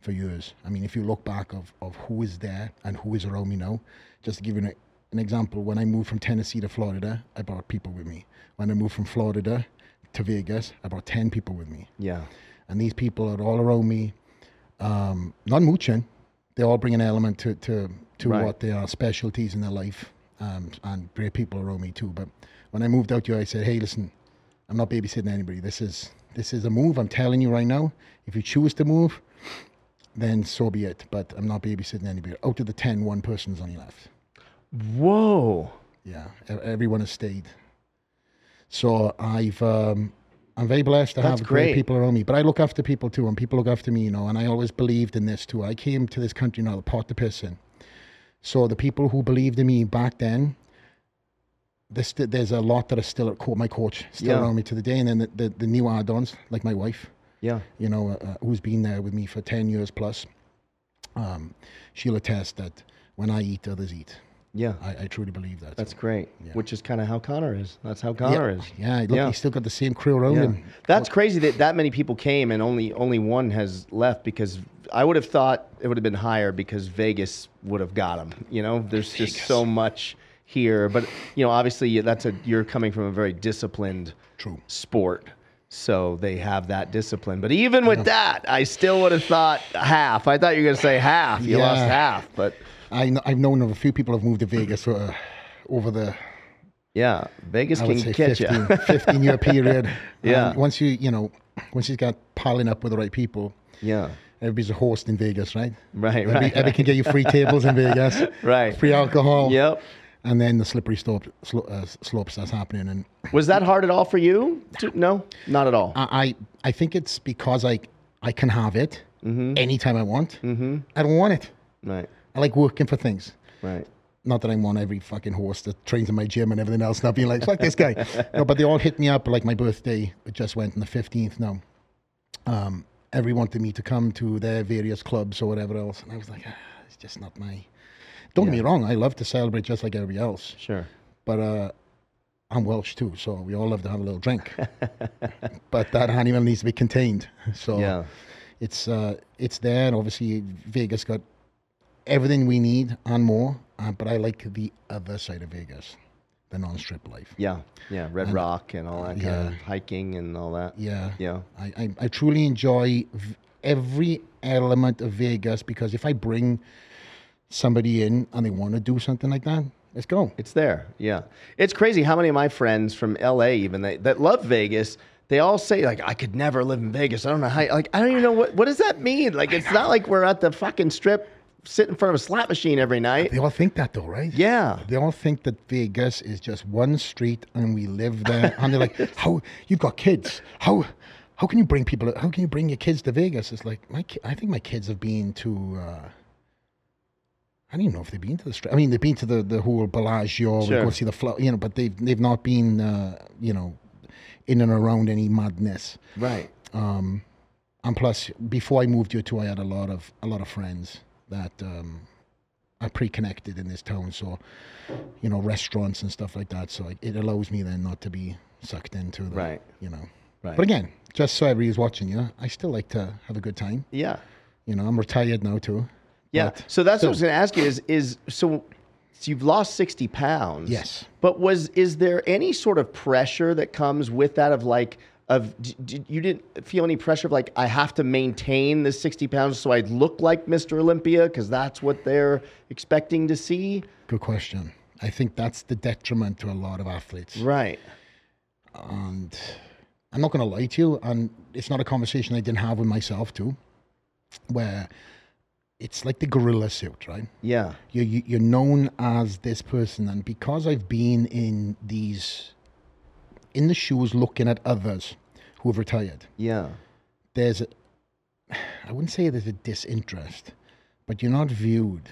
Speaker 2: for years. I mean, if you look back of, of who is there and who is around me now, just to give you an, an example, when I moved from Tennessee to Florida, I brought people with me. When I moved from Florida to Vegas, I brought 10 people with me
Speaker 1: Yeah.
Speaker 2: and these people are all around me, um, not mooching. They all bring an element to to, to
Speaker 1: Right.
Speaker 2: what they are specialties in their life, um, and great people around me too. But when I moved out here, I said, "Hey, listen, I'm not babysitting anybody. This is this is a move. I'm telling you right now. If you choose to move, then so be it. But I'm not babysitting anybody. Out of the 10, one person's only left.
Speaker 1: Whoa.
Speaker 2: Yeah, e- everyone has stayed. So I've um, I'm very blessed to
Speaker 1: That's
Speaker 2: have
Speaker 1: great.
Speaker 2: great people around me. But I look after people too, and people look after me, you know. And I always believed in this too. I came to this country now, the pot to piss in. So the people who believed in me back then, there's, st- there's a lot that are still at co- my coach, still
Speaker 1: Yeah.
Speaker 2: around me to the day. And then the, the, the new add-ons, like my wife,
Speaker 1: Yeah.
Speaker 2: you know, uh, who's been there with me for 10 years plus, um, she'll attest that when I eat, others eat.
Speaker 1: Yeah.
Speaker 2: I, I truly believe that.
Speaker 1: That's great.
Speaker 2: Yeah.
Speaker 1: Which is kind of how Connor is. That's how Connor
Speaker 2: yeah.
Speaker 1: is.
Speaker 2: Yeah, look,
Speaker 1: Yeah.
Speaker 2: he's still got the same crew around
Speaker 1: Yeah.
Speaker 2: him.
Speaker 1: That's crazy that that many people came and only only one has left because I would have thought it would have been higher because Vegas would have got him. You know, there's just so much here, but you know, obviously that's a you're coming from a very disciplined
Speaker 2: True.
Speaker 1: sport. So they have that discipline. But even with that, I still would have thought half. I thought you were going to say half. You lost
Speaker 2: Yeah.
Speaker 1: half, but
Speaker 2: I kn- I've known of a few people who've moved to Vegas uh, over the
Speaker 1: yeah, Vegas
Speaker 2: I
Speaker 1: can
Speaker 2: would say
Speaker 1: catch you.
Speaker 2: 15, 15 year period.
Speaker 1: Yeah.
Speaker 2: And once you you know once he's got piling up with the right people,
Speaker 1: [laughs] yeah.
Speaker 2: everybody's a host in Vegas, right?
Speaker 1: Right,
Speaker 2: Every,
Speaker 1: right.
Speaker 2: everybody can get you free tables in Vegas,
Speaker 1: [laughs] Right.
Speaker 2: Free alcohol.
Speaker 1: Yep.
Speaker 2: And then the slippery slope, slo- uh, slopes that's happening, and
Speaker 1: Was that hard at all for you? To- no, not at all.
Speaker 2: I I, I think it's because I I can have it anytime I want. Mm-hmm. I don't want it.
Speaker 1: Right,
Speaker 2: I like working for things.
Speaker 1: right.
Speaker 2: not that I'm on every fucking horse that trains in my gym and everything else, and I've been like, fuck this guy. No, but they all hit me up. Like my birthday it just went on the 15th now. Um, everyone wanted me to come to their various clubs or whatever else. And I was like, ah, it's just not my. Don't get me wrong, I love to celebrate just like everybody else.
Speaker 1: Sure.
Speaker 2: But uh, I'm Welsh too, so we all love to have a little
Speaker 1: [laughs]
Speaker 2: drink. but that animal needs to be contained. So
Speaker 1: Yeah.
Speaker 2: it's uh, it's there, and obviously Vegas got everything we need and more. Uh, but I like the other side of Vegas, the non-strip life.
Speaker 1: Yeah. Yeah. Red Rock and all that kind of
Speaker 2: yeah.
Speaker 1: hiking and all that.
Speaker 2: Yeah,
Speaker 1: Yeah.
Speaker 2: I, I, I truly enjoy v- every element of Vegas because if I bring somebody in and they want to do something like that, let's go.
Speaker 1: It's there. Yeah. It's crazy how many of my friends from LA even they, that love Vegas, they all say like I could never live in Vegas. I don't know how like I don't even know what what does that mean? Like it's not like we're at the fucking strip sitting in front of a slot machine every night.
Speaker 2: They all think that though, right?
Speaker 1: Yeah.
Speaker 2: They all think that Vegas is just one street and we live there. And
Speaker 1: [laughs]
Speaker 2: they're like, how, you've got kids. How, how can you bring people, how can you bring your kids to Vegas? It's like, my, ki- I think my kids have been to, uh, I don't even know if they've been to the strip. I mean, they've been to the, the whole Bellagio, we
Speaker 1: Sure.
Speaker 2: go see the flow, you know, but they've, they've not been, uh, you know, in and around any madness.
Speaker 1: Right.
Speaker 2: Um, And plus, before I moved here too, I had a lot of a lot of friends that um, are pretty connected in this town. So, you know, restaurants and stuff like that. So it- it allows me then not to be sucked into the,
Speaker 1: Right.
Speaker 2: you know.
Speaker 1: Right.
Speaker 2: But again, just so everybody's watching, you know, I still like to have a good time.
Speaker 1: Yeah.
Speaker 2: You know, I'm retired now too.
Speaker 1: Yeah.
Speaker 2: But
Speaker 1: so that's what I
Speaker 2: still-
Speaker 1: was going to ask you is is so, so you've lost 60 pounds.
Speaker 2: Yes.
Speaker 1: But was is there any sort of pressure that comes with that of like of d- d- you didn't feel any pressure of like I have to maintain the 60 pounds so I look like Mr. Olympia cuz that's what they're expecting to see?
Speaker 2: Good question. I think that's the detriment to a lot of athletes.
Speaker 1: Right.
Speaker 2: and I'm not going to lie to you, and it's not a conversation I didn't have with myself too, where it's like the gorilla suit, right?
Speaker 1: Yeah.
Speaker 2: You're, you- you're known as this person, and because I've been in these, in the shoes looking at others who have retired,
Speaker 1: Yeah.
Speaker 2: there's, a, I wouldn't say there's a disinterest, but you're not viewed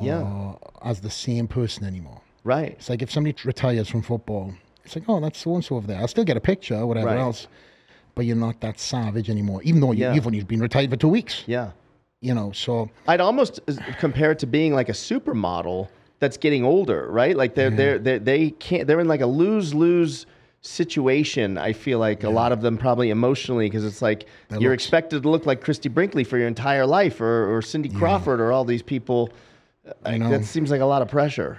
Speaker 1: Yeah.
Speaker 2: or as the same person anymore.
Speaker 1: Right.
Speaker 2: It's like if somebody retires from football, it's like, oh, that's so and so over there. I'll still get a picture or whatever
Speaker 1: Right.
Speaker 2: else. But you're not that savage anymore, even though you,
Speaker 1: Yeah.
Speaker 2: you've only been retired for two weeks.
Speaker 1: Yeah.
Speaker 2: You know, so
Speaker 1: I'd almost as- compare it to being like a supermodel that's getting older, right? Like they're
Speaker 2: Mm-hmm.
Speaker 1: they're, they're they can't they're in like a lose lose situation. I feel like a lot of them probably emotionally because it's like you're
Speaker 2: looks-
Speaker 1: expected to look like Christy Brinkley for your entire life, or or Cindy Crawford, or all these people. Like,
Speaker 2: know.
Speaker 1: That seems like a lot of pressure.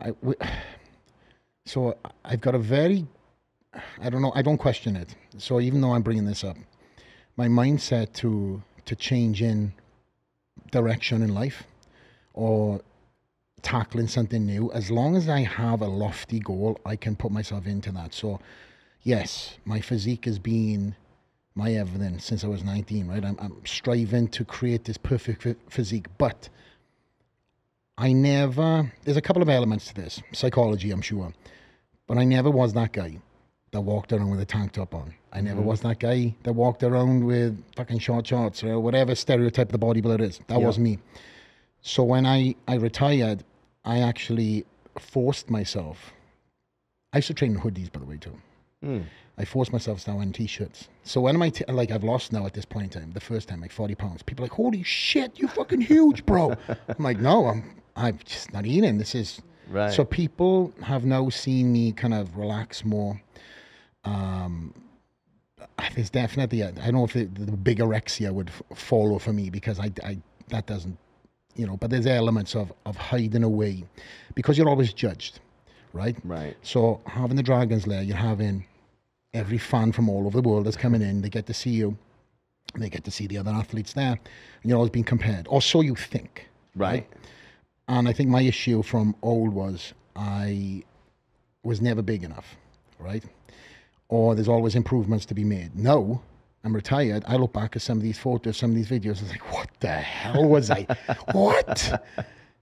Speaker 2: I, we, [sighs] so I've got a very, I don't know, I don't question it. So even though I'm bringing this up, my mindset to to change in direction in life or tackling something new, as long as I have a lofty goal, I can put myself into that. So yes, my physique has been my everything since I was 19, right? I'm, I'm striving to create this perfect phy- physique, but I never, there's a couple of elements to this psychology, I'm sure, but I never was that guy that walked around with a tank top on. I never was that guy that walked around with fucking short shorts or whatever stereotype the bodybuilder is. That was me. So when I, I retired, I actually forced myself. I used to train in hoodies, by the way, too. I forced myself to now in t-shirts. So when am I t- like I've lost now at this point in time? The first time, like forty pounds. People are like, holy shit, you fucking huge, bro. [laughs] I'm like, no, I'm I'm just not eating. This is
Speaker 1: Right.
Speaker 2: So people have now seen me kind of relax more. Um, there's definitely I I don't know if the, the big orexia would f- follow for me because I, I that doesn't you know. But there's elements of of hiding away because you're always judged, right?
Speaker 1: Right.
Speaker 2: So having the Dragons Lair, you're having every fan from all over the world that's coming in. They get to see you. and They get to see the other athletes there. And you're always being compared, or so you think.
Speaker 1: Right.
Speaker 2: And I think my issue from old was I was never big enough, right? Or there's always improvements to be made. No, I'm retired. I look back at some of these photos, some of these videos. I was like, what the hell
Speaker 1: [laughs]
Speaker 2: was I? what?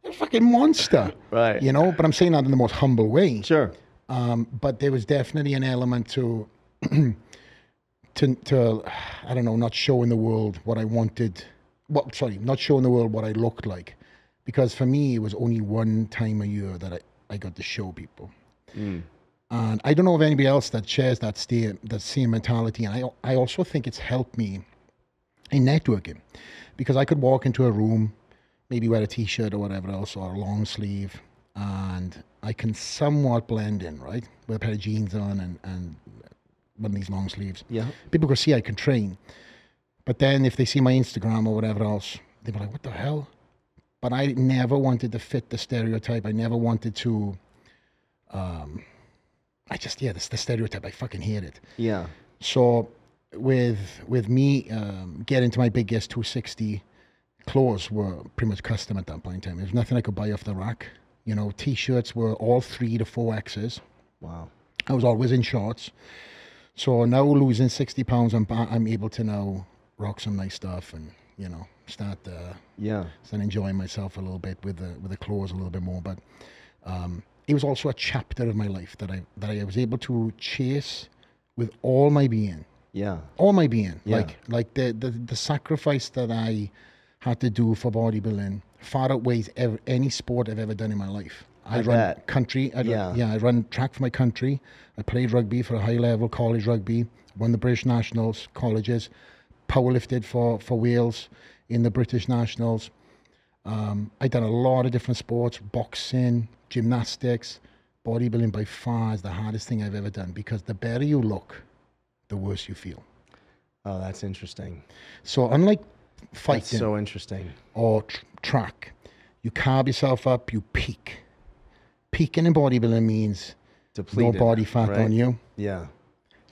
Speaker 2: A fucking monster.
Speaker 1: Right.
Speaker 2: You know, but I'm saying that in the most humble way
Speaker 1: Sure.
Speaker 2: um, but there was definitely an element to, [clears throat] to to I don't know, not showing the world what I wanted. What sorry, not showing the world what I looked like, because for me it was only one time a year that I, I got to show people. And I don't know of anybody else that shares that same that same mentality. And I I also think it's helped me in networking because I could walk into a room, maybe wear a t shirt or whatever else, or a long sleeve, and I can somewhat blend in, right? With a pair of jeans on and, and one of these long sleeves.
Speaker 1: Yeah.
Speaker 2: People can see I can train. But then if they see my Instagram or whatever else, they'll be like, what the hell? But I never wanted to fit the stereotype. I never wanted to. Um, I just, yeah, this the stereotype. I fucking hate it.
Speaker 1: Yeah.
Speaker 2: So with with me um, getting to my big guess 260, clothes were pretty much custom at that point in time. There was nothing I could buy off the rack. You know, t-shirts were all three to four X's.
Speaker 1: Wow.
Speaker 2: I was always in shorts. So now losing 60 pounds, I'm, ba- I'm able to now rock some nice stuff and, you know, start uh,
Speaker 1: Yeah.
Speaker 2: so I'm enjoying myself a little bit with the with the claws a little bit more. But um, it was also a chapter of my life that I that I was able to chase with all my being,
Speaker 1: Yeah.
Speaker 2: all my being.
Speaker 1: Yeah.
Speaker 2: Like like the, the the sacrifice that I had to do for bodybuilding far outweighs ever, any sport I've ever done in my life. I,
Speaker 1: I
Speaker 2: run
Speaker 1: bet.
Speaker 2: country. I
Speaker 1: Yeah.
Speaker 2: Run, yeah, I run track for my country. I played rugby for a high level college rugby. Won the British nationals, colleges. powerlifted for, for Wales in the British Nationals. Um, I done a lot of different sports: boxing, gymnastics, bodybuilding. By far is the hardest thing I've ever done because the better you look, the worse you feel.
Speaker 1: Oh, that's interesting.
Speaker 2: So unlike
Speaker 1: That's
Speaker 2: fighting
Speaker 1: so interesting.
Speaker 2: or tr- track, you carb yourself up, you peak. Peaking in bodybuilding means
Speaker 1: Depleted.
Speaker 2: no body fat
Speaker 1: right?
Speaker 2: on you.
Speaker 1: Yeah.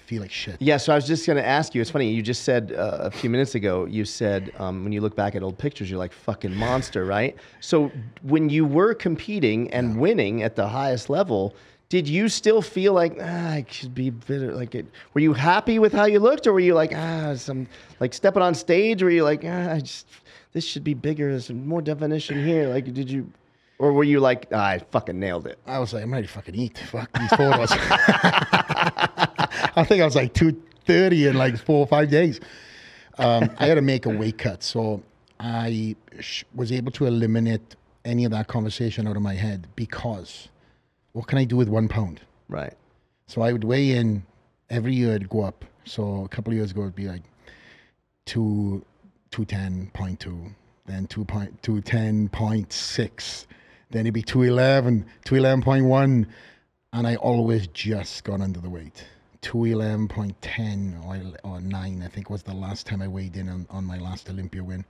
Speaker 2: Feel like shit.
Speaker 1: Yeah, so I was just going to ask you. It's funny. You just said uh, a few minutes ago. You said um, when you look back at old pictures, you're like fucking monster, right? So when you were competing and winning at the highest level, did you still feel like ah, I should be better? Like, it, were you happy with how you looked, or were you like ah, some like stepping on stage? Were you like ah, I just this should be bigger, there's some more definition here? Like, did you, or were you like ah, I fucking nailed it?
Speaker 2: I was like, I'm ready to fucking eat. Fuck these photos. [laughs] I think I was like 230 in like four or five days. Um, I had to make a weight cut. So I sh- was able to eliminate any of that conversation out of my head because what can I do with one pound?
Speaker 1: Right.
Speaker 2: So I would weigh in every year. It'd go up. So a couple of years ago, it'd be like two, two ten point two, then two point two ten point six, then it'd be two eleven, two eleven point one, and I always just got under the weight. Two eleven point ten or ele- or nine, I think was the last time I weighed in on, on my last Olympia win.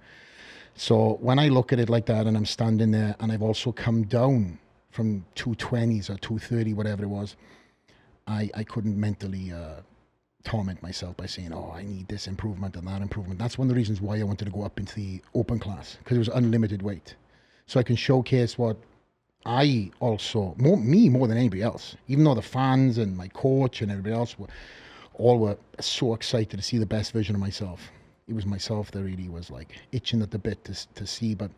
Speaker 2: So when I look at it like that, and I'm standing there, and I've also come down from two twenties or two thirty, whatever it was. I, I couldn't mentally uh, torment myself by saying, oh, I need this improvement and that improvement. That's one of the reasons why I wanted to go up into the open class because it was unlimited weight. So I can showcase what I also, more, me more than anybody else, even though the fans and my coach and everybody else were all were so excited to see the best version of myself. It was myself that really was like itching at the bit to, s- to see. But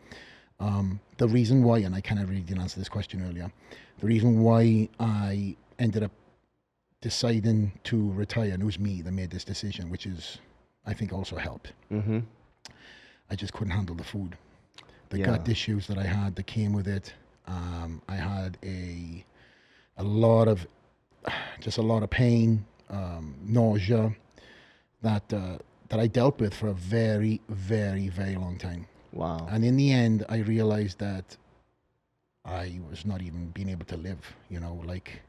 Speaker 2: um, the reason why, and I kind of really didn't answer this question earlier, the reason why I ended up deciding to retire, and it was me that made this decision, which is, I think, also helped.
Speaker 1: Mm-hmm.
Speaker 2: I just couldn't handle the food. The
Speaker 1: Yeah.
Speaker 2: gut issues that I had that came with it. Um, I had a a lot of [sighs] just a lot of pain, um, nausea that uh, that I dealt with for a very, very, very long time.
Speaker 1: Wow.
Speaker 2: And in the end, I realized that I was not even being able to live. You know, like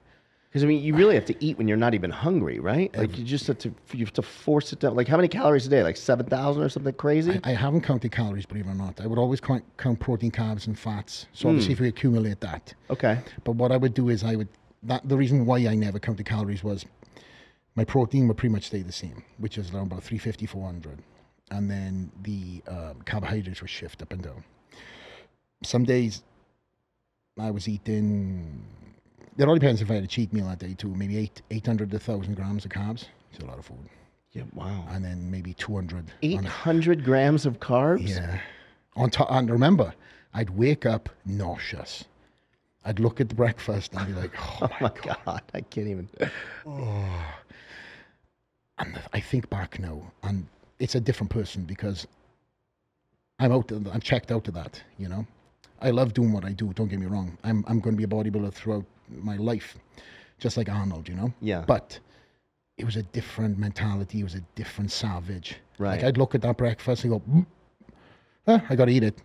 Speaker 1: Because I mean, you really have to eat when you're not even hungry, right? Like you just have to you have to force it down. Like how many calories a day? Like seven thousand or something crazy.
Speaker 2: I, I haven't counted calories, believe it or not. I would always count, count protein, carbs, and fats. So obviously, if we accumulate that,
Speaker 1: Okay.
Speaker 2: but what I would do is I would that the reason why I never counted calories was my protein would pretty much stay the same, which is around about 350, 400. and then the uh, carbohydrates would shift up and down. Some days I was eating. It all depends if I had a cheat meal that day too. Maybe eight, 800 to 1,000 grams of carbs. It's a lot of food.
Speaker 1: Yeah. Wow.
Speaker 2: And then maybe 200
Speaker 1: Eight
Speaker 2: on a
Speaker 1: hundred grams of carbs.
Speaker 2: yeah. On top, and remember, I'd wake up nauseous. I'd look at the breakfast and be like, [laughs] oh
Speaker 1: Oh my god, I can't
Speaker 2: [laughs]
Speaker 1: even.
Speaker 2: and I think back now, and it's a different person because I'm out. Of, I'm checked out of that. You know, I love doing what I do. Don't get me wrong. I'm I'm going to be a bodybuilder throughout my life, just like Arnold. You know.
Speaker 1: Yeah.
Speaker 2: But it was a different mentality. It was a different savage.
Speaker 1: Right.
Speaker 2: Like I'd look at that breakfast and go, "Mm, ah, I got to eat it.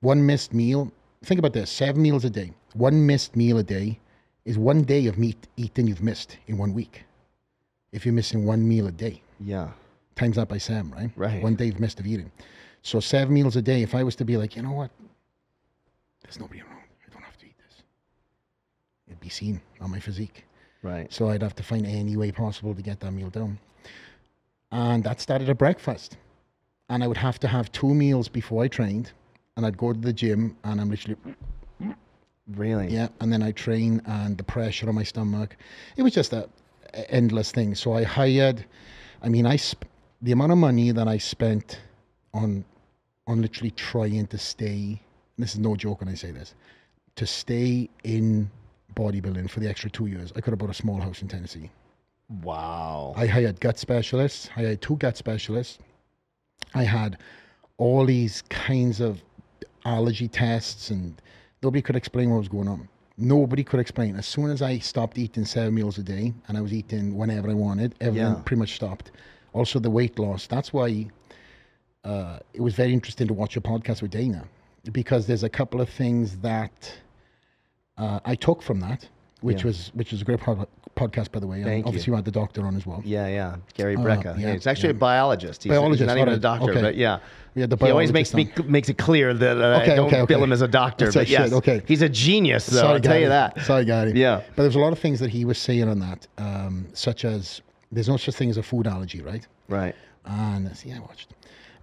Speaker 2: One missed meal. Think about this: seven meals a day. One missed meal a day is one day of meat eating you've missed in one week. If you're missing one meal a day
Speaker 1: Yeah.
Speaker 2: times that by seven, right?
Speaker 1: Right.
Speaker 2: One day you've missed of eating. So seven meals a day. If I was to be like, you know what? There's nobody around. I don't have to eat this. It'd be seen on my physique.
Speaker 1: Right.
Speaker 2: So I'd have to find any way possible to get that meal down. And that started at breakfast. And I would have to have two meals before I trained. And I'd go to the gym and I'm literally
Speaker 1: Really.
Speaker 2: yeah, and then I train and the pressure on my stomach. It was just a a endless thing. So I hired. I mean, I sp- the amount of money that I spent on on literally trying to stay. This is no joke when I say this. To stay in bodybuilding for the extra two years, I could have bought a small house in Tennessee.
Speaker 1: Wow.
Speaker 2: I hired gut specialists. I hired two gut specialists. I had all these kinds of allergy tests, and nobody could explain what was going on. Nobody could explain. As soon as I stopped eating seven meals a day, and I was eating whenever I wanted, everything
Speaker 1: Yeah.
Speaker 2: pretty much stopped. Also, the weight loss. That's why uh, it was very interesting to watch your podcast with Dana because there's a couple of things that uh, I took from that, which was which was a great pod- podcast by the way.
Speaker 1: Thank you.
Speaker 2: obviously, you. had the doctor on as well.
Speaker 1: Yeah, yeah. Gary Brecka.
Speaker 2: Uh, yeah,
Speaker 1: He's actually a biologist. He's, he's
Speaker 2: Biologist,
Speaker 1: not even a
Speaker 2: alright,
Speaker 1: doctor,
Speaker 2: okay.
Speaker 1: but yeah.
Speaker 2: We had the
Speaker 1: he always makes
Speaker 2: biologist
Speaker 1: me makes it clear that uh, I
Speaker 2: Okay,
Speaker 1: don't
Speaker 2: okay, okay.
Speaker 1: bill him as a doctor.
Speaker 2: That's
Speaker 1: but
Speaker 2: like
Speaker 1: yes,
Speaker 2: shit, okay.
Speaker 1: he's a genius, though. I'll tell
Speaker 2: Gary.
Speaker 1: you that.
Speaker 2: Sorry, Gary.
Speaker 1: Yeah.
Speaker 2: But there's a lot of things that he was saying on that, um, such as there's no such thing as a food allergy, right?
Speaker 1: Right.
Speaker 2: And see, I watched,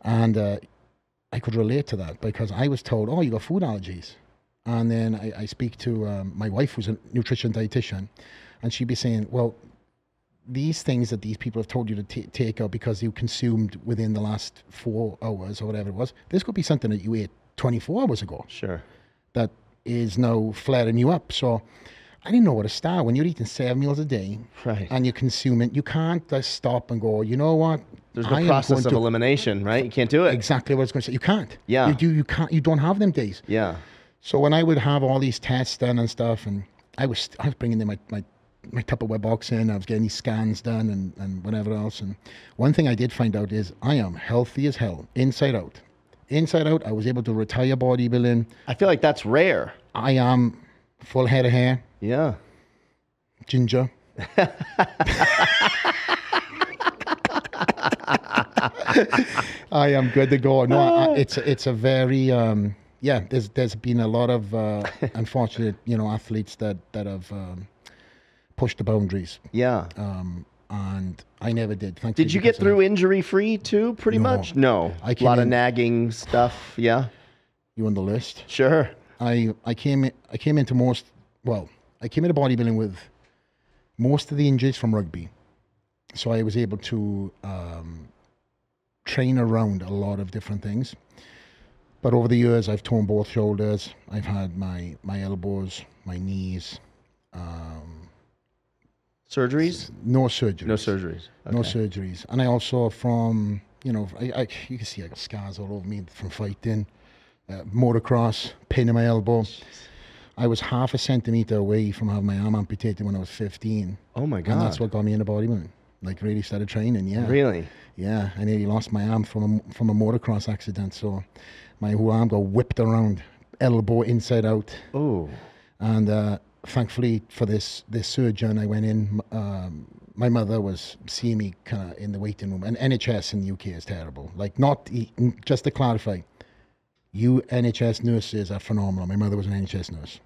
Speaker 2: and uh, I could relate to that because I was told, "Oh, you got food allergies," and then I, I speak to um, my wife, who's a nutrition dietitian, and she'd be saying, "Well, these things that these people have told you to t- take out because you consumed within the last four hours or whatever it was, this could be something that you ate 24 hours ago."
Speaker 1: Sure.
Speaker 2: that is now flaring you up. So I didn't know what to start. When you're eating seven meals a day
Speaker 1: Right.
Speaker 2: and you're consuming, you can't just stop and go, you know what?
Speaker 1: There's no
Speaker 2: I am
Speaker 1: process of
Speaker 2: going to-"
Speaker 1: elimination, right? You can't do it.
Speaker 2: exactly what it's going to say. You can't.
Speaker 1: Yeah.
Speaker 2: You, do, you can't. You don't have them days.
Speaker 1: Yeah.
Speaker 2: So when I would have all these tests done and stuff, and I was I was bringing in my my, my Tupperware box in, I was getting these scans done and, and whatever else. And one thing I did find out is I am healthy as hell, inside out. Inside out, I was able to retire bodybuilding.
Speaker 1: I feel like that's rare.
Speaker 2: I am full head of hair,
Speaker 1: Yeah. [laughs]
Speaker 2: ginger. I am good to go. No,
Speaker 1: Ah.
Speaker 2: I, it's it's a very um, yeah. There's there's been a lot of uh, unfortunate you know athletes that that have um, pushed the boundaries,
Speaker 1: Yeah.
Speaker 2: um, and I never did. Thankfully,
Speaker 1: Did you get
Speaker 2: because of-
Speaker 1: through injury free too, pretty much? No. a
Speaker 2: I
Speaker 1: lot
Speaker 2: came
Speaker 1: of
Speaker 2: in-
Speaker 1: nagging stuff. Yeah.
Speaker 2: you on the list?
Speaker 1: Sure.
Speaker 2: I I came I came into most well I came into bodybuilding with most of the injuries from rugby, so I was able to um, train around a lot of different things. But over the years, I've torn both shoulders. I've had my my elbows, my knees. Um,
Speaker 1: Surgeries?
Speaker 2: no surgery.
Speaker 1: No surgeries.
Speaker 2: No
Speaker 1: Okay.
Speaker 2: surgeries. And I also from you know I, I you can see I got scars all over me from fighting, uh, motocross, pain in my elbow. I was half a centimeter away from having my arm amputated when I was 15,
Speaker 1: Oh my
Speaker 2: and
Speaker 1: god.
Speaker 2: that's what got me into bodybuilding. Like really started training. Yeah,
Speaker 1: Really?
Speaker 2: yeah. I nearly lost my arm from a, from a motocross accident. So my whole arm got whipped around, elbow inside out.
Speaker 1: Oh.
Speaker 2: And uh, thankfully for this this surgeon, I went in. m- Um, my mother was seeing me kind of in the waiting room. And NHS in the UK is terrible. Like not e- n- just to clarify, you NHS nurses are phenomenal. My mother was an NHS nurse,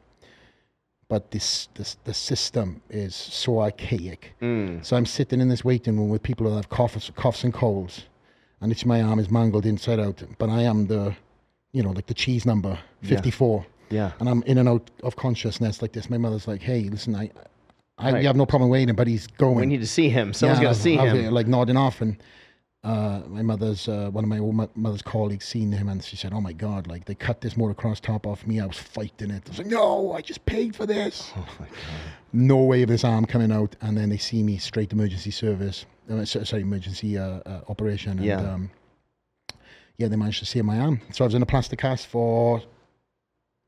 Speaker 2: but this this the system is so archaic. So I'm sitting in this waiting room with people who have coughs coughs and colds, and it's my arm is mangled inside out. But I am the, you know, like the cheese number fifty four
Speaker 1: Yeah.
Speaker 2: and I'm in and out of consciousness like this. My mother's like, "Hey, listen, I, I we have no problem waiting, but he's going.
Speaker 1: We need to see him. Someone's
Speaker 2: Yeah,
Speaker 1: got to
Speaker 2: I-
Speaker 1: see
Speaker 2: I was,
Speaker 1: him.
Speaker 2: uh, like nodding off, and uh, my mother's uh, one of my old mo- mother's colleagues seen him, and she said, "Oh my God! Like they cut this motocross top off me. I was fighting it. I was like, no, I just paid
Speaker 1: [laughs]
Speaker 2: for this.
Speaker 1: Oh
Speaker 2: No way of this arm coming out. And then they see me straight to emergency service. uh, so- sorry, emergency uh, uh, operation. And,
Speaker 1: Yeah.
Speaker 2: Um, yeah, they managed to save my arm. So I was in a plastic cast for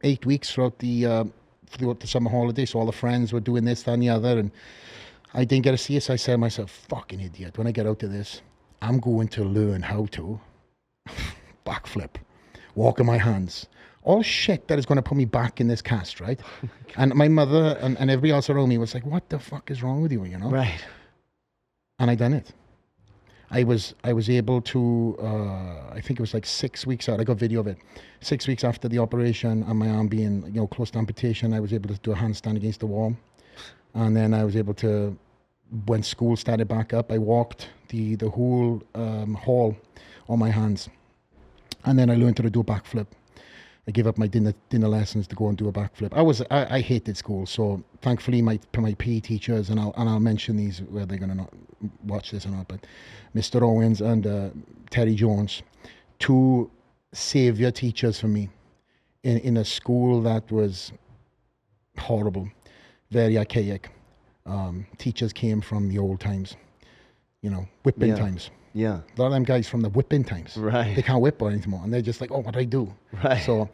Speaker 2: eight weeks throughout the uh, throughout the summer holiday. So all the friends were doing this, that, and the other, and I didn't get to see it. So I said to myself, "Fucking idiot! When I get out of this, I'm going to learn how to [laughs] backflip, walk on my hands." All shit that is going to put me back in this cast, right? and my mother and, and everybody else around me was like, "What the fuck is wrong with you?" You know
Speaker 1: Right.
Speaker 2: and I done it. I was I was able to. Uh, I think it was like six weeks out. I got video of it. Six weeks after the operation and my arm being you know close to amputation, I was able to do a handstand against the wall, and then I was able to. When school started back up, I walked the the whole um, hall on my hands, and then I learned how to do a backflip. I gave up my dinner dinner lessons to go and do a backflip. I was I, I hated school, so thankfully my my PE teachers and I'll and I'll mention these where they're gonna not watch this or not, but Mr. Owens and uh, Terry Jones, two savior teachers for me, in in a school that was horrible, very archaic. Um, teachers came from the old times, you know, whipping
Speaker 1: Yeah.
Speaker 2: times.
Speaker 1: Yeah.
Speaker 2: A lot of them guys from the whipping times.
Speaker 1: Right.
Speaker 2: They can't whip or anymore. And they're just like, oh, what do I do?
Speaker 1: Right.
Speaker 2: So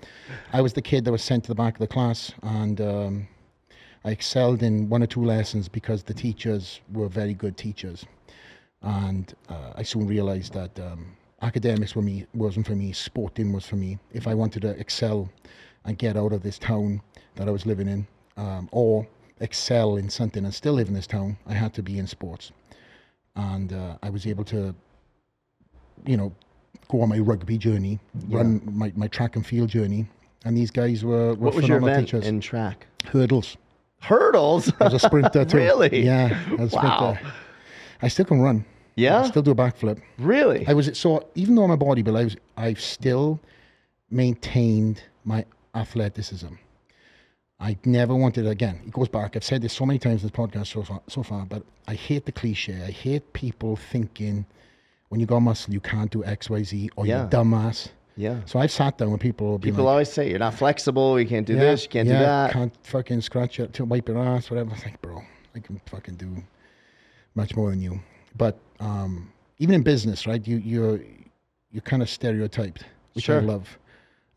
Speaker 2: I was the kid that was sent to the back of the class. And um, I excelled in one or two lessons because the teachers were very good teachers. And uh, I soon realized that um, academics for me wasn't for me. Sporting was for me. If I wanted to excel and get out of this town that I was living in, um, or excel in something and still live in this town, I had to be in sports. And uh, I was able to, you know, go on my rugby journey, run my, my track and field journey. And these guys were, were
Speaker 1: What was your
Speaker 2: phenomenal
Speaker 1: event
Speaker 2: teachers.
Speaker 1: in track?
Speaker 2: Hurdles.
Speaker 1: Hurdles.
Speaker 2: I was a sprinter too.
Speaker 1: Really?
Speaker 2: Yeah. I was a
Speaker 1: Wow.
Speaker 2: sprinter. I still can run.
Speaker 1: Yeah?
Speaker 2: I still do a backflip.
Speaker 1: [laughs] really?
Speaker 2: I was so even though I'm a bodybuilder, I was I've still maintained my athleticism. I never wanted again. It goes back. I've said this so many times in this podcast so far, so far, but I hate the cliche. I hate people thinking when you got muscle, you can't do X, Y, Z, or you're
Speaker 1: Yeah.
Speaker 2: a dumbass.
Speaker 1: yeah.
Speaker 2: So I've sat down with people. who've been
Speaker 1: People
Speaker 2: like,
Speaker 1: always say you're not flexible. You can't do this. You can't do that.
Speaker 2: Can't fucking scratch it to wipe your ass, whatever. It's like, bro, I can fucking do much more than you. But um, even in business, right? You you're you're kind of stereotyped, which I
Speaker 1: Sure.
Speaker 2: love.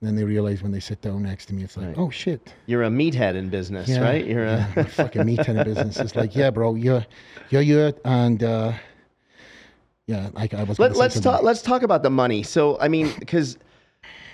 Speaker 2: And then they realize when they sit down next to me, it's like,
Speaker 1: Right.
Speaker 2: oh shit,
Speaker 1: You're a meathead in business,
Speaker 2: Yeah,
Speaker 1: right? You're uh, a
Speaker 2: yeah, my fucking meat tenant business.
Speaker 1: [laughs]
Speaker 2: It's like, yeah, bro, you're you're you and uh, yeah, I, I
Speaker 1: Let,
Speaker 2: was. gonna say
Speaker 1: let's
Speaker 2: something.
Speaker 1: talk. Let's talk about the money. So, I mean, because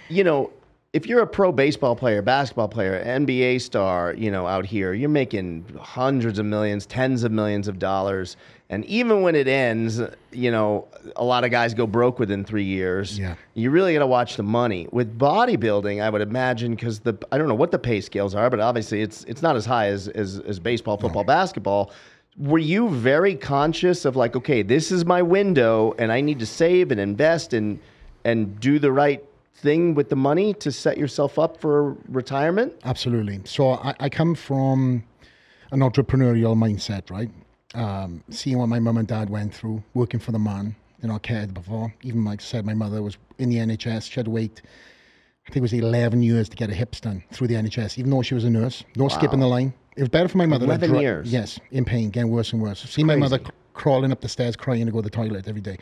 Speaker 1: you know, if you're a pro baseball player, basketball player, NBA star, you know, out here, you're making hundreds of millions, tens of millions of dollars, and even when it ends, you know, a lot of guys go broke within three years.
Speaker 2: Yeah.
Speaker 1: You really got to watch the money with bodybuilding. I would imagine because the I don't know what the pay scales are, but obviously it's it's not as high as as, as baseball, football, basketball. Were you very conscious of like, okay, this is my window, and I need to save and invest and and do the right thing with the money to set yourself up for retirement?
Speaker 2: Absolutely. So I, I come from an entrepreneurial mindset, right? Um, seeing what my mum and dad went through, working for the man, you know, I cared before. Even like I said, my mother was in the NHS. She had to wait, I think it was 11 years to get her hips done through the NHS, even though she was a nurse. No skipping the line. It was better for my mother. to
Speaker 1: 11
Speaker 2: dri-
Speaker 1: years.
Speaker 2: Yes, in pain, getting worse and worse. See my mother c- crawling up the stairs, crying to go to the toilet every day.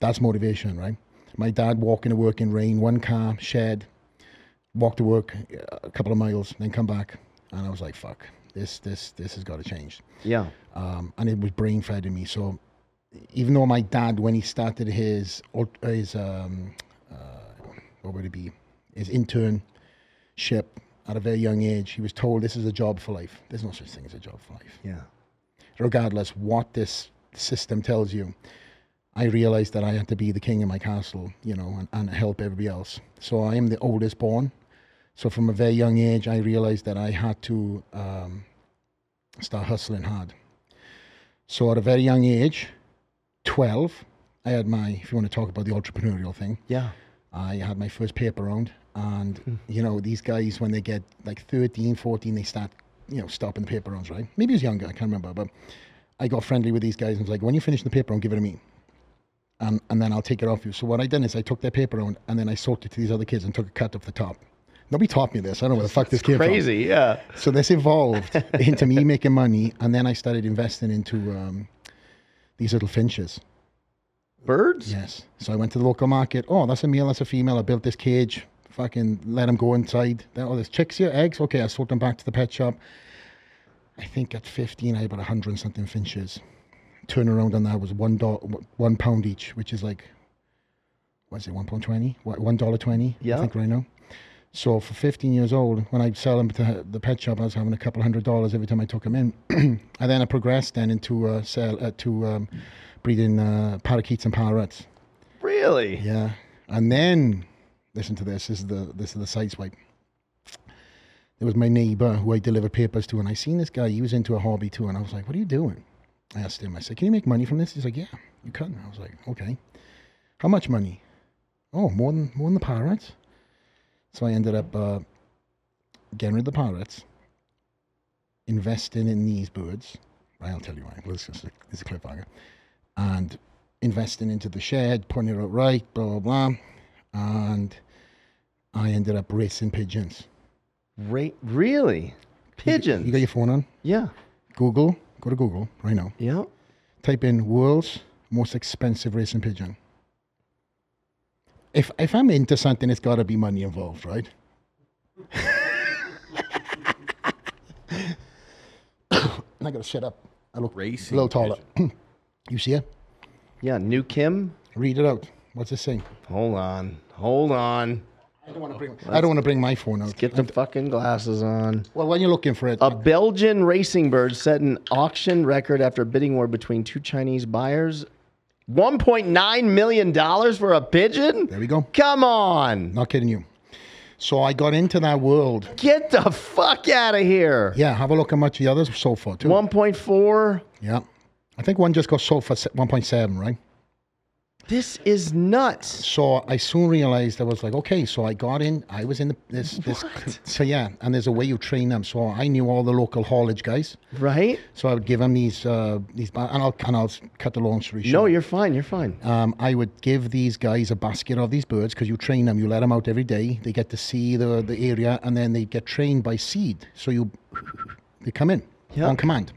Speaker 2: That's motivation, right? My dad walking to work in rain, one car, shed, walk to work uh, a couple of miles, then come back, and I was like, "Fuck, this, this, this has got to change."
Speaker 1: Yeah.
Speaker 2: Um, and it was brain fed to me. So, even though my dad, when he started his ult- his um, uh, what would it be, his internship at a very young age, he was told this is a job for life. There's no such thing as a job for life
Speaker 1: Yeah.
Speaker 2: regardless what this system tells you. I realized that I had to be the king of my castle, you know, and, and help everybody else. So I am the oldest born. So from a very young age, I realized that I had to um, start hustling hard. So at a very young age, 12, I had my, if you want to talk about the entrepreneurial thing,
Speaker 1: Yeah.
Speaker 2: I had my first paper round. And, you know, these guys, when they get like 13, 14, they start, you know, stopping the paper rounds, right? Maybe he was younger, I can't remember. But I got friendly with these guys and was like, when you finish the paper round, give it to me. And, and then I'll take it off you. So what I done is I took their paper round and then I sold it to these other kids and took a cut off the top. Nobody taught me this. I don't know where the fuck this came from.
Speaker 1: Crazy. Yeah.
Speaker 2: So this evolved into me making money. And then I started investing into um, these little finches.
Speaker 1: Birds.
Speaker 2: Yes. So I went to the local market. Oh, that's a male, that's a female. I built this cage. Fucking let them go inside. There- Oh, there's chicks here, eggs. Okay, I sold them back to the pet shop. I think at 15, I had about 100 and something finches. Turnaround on that was one, do- one pound each, which is like, what is it, one pound 20? What, $1.20?
Speaker 1: Yeah.
Speaker 2: I think right now. So for 15 years old, when I'd sell them to the pet shop, I was having a couple hundred dollars every time I took them in. [clears throat] and then I progressed then into uh, sell, uh, to um, breeding uh, parakeets and parrots.
Speaker 1: Really.
Speaker 2: Yeah, and then listen to this. This is the this is the side swipe. There was my neighbor who I delivered papers to, and I seen this guy. He was into a hobby too, and I was like, "What are you doing?" I asked him. I said, "Can you make money from this?" He's like, "Yeah, you can." I was like, "Okay, how much money?" Oh, more than more than the pirates. So I ended up uh, getting rid of the pirates, investing in these birds. I'll tell you why. This is a, this is a cliffhanger, and investing into the shed, putting it out right, blah blah blah, and I ended up racing pigeons.
Speaker 1: Ra- really. Pigeons.
Speaker 2: You got your phone on?
Speaker 1: yeah.
Speaker 2: Google. Go to Google right now.
Speaker 1: Yeah.
Speaker 2: Type in world's most expensive racing pigeon. If if I'm into something, it's got to be money involved, right? [coughs] I gotta shut up. I look
Speaker 3: Racing
Speaker 2: a little taller. [coughs] you see it?
Speaker 1: Yeah. New Kim.
Speaker 2: Read it out. What's this thing?
Speaker 1: Hold on. Hold on.
Speaker 2: I don't want to bring. I don't want to bring my phone out.
Speaker 1: Get the fucking glasses on.
Speaker 2: Well, when you're looking for it,
Speaker 1: A Belgian racing bird set an auction record after a bidding war between two Chinese buyers. $1.9 million for a pigeon?
Speaker 2: there we go.
Speaker 1: Come on.
Speaker 2: Not kidding you. So I got into that world.
Speaker 1: Get the fuck out of here.
Speaker 2: Yeah, have a look how much the others sold for too.
Speaker 1: 1.4.
Speaker 2: Yeah, I think one just got sold for se- 1.7, right?
Speaker 1: This is nuts.
Speaker 2: So I soon realized I was like, okay, so I got in. I was in the, this. this So yeah, and there's a way you train them. So I knew all the local haulage guys.
Speaker 1: Right?
Speaker 2: So I would give them these uh, these, ba- and I'll and I'll s- cut the long story short.
Speaker 1: No, you're fine. You're fine.
Speaker 2: um, I would give these guys a basket of these birds because you train them. You let them out every day. They get to see the, the area and then they get trained by seed. So you [sniffs] they come in
Speaker 1: Yeah.
Speaker 2: on command.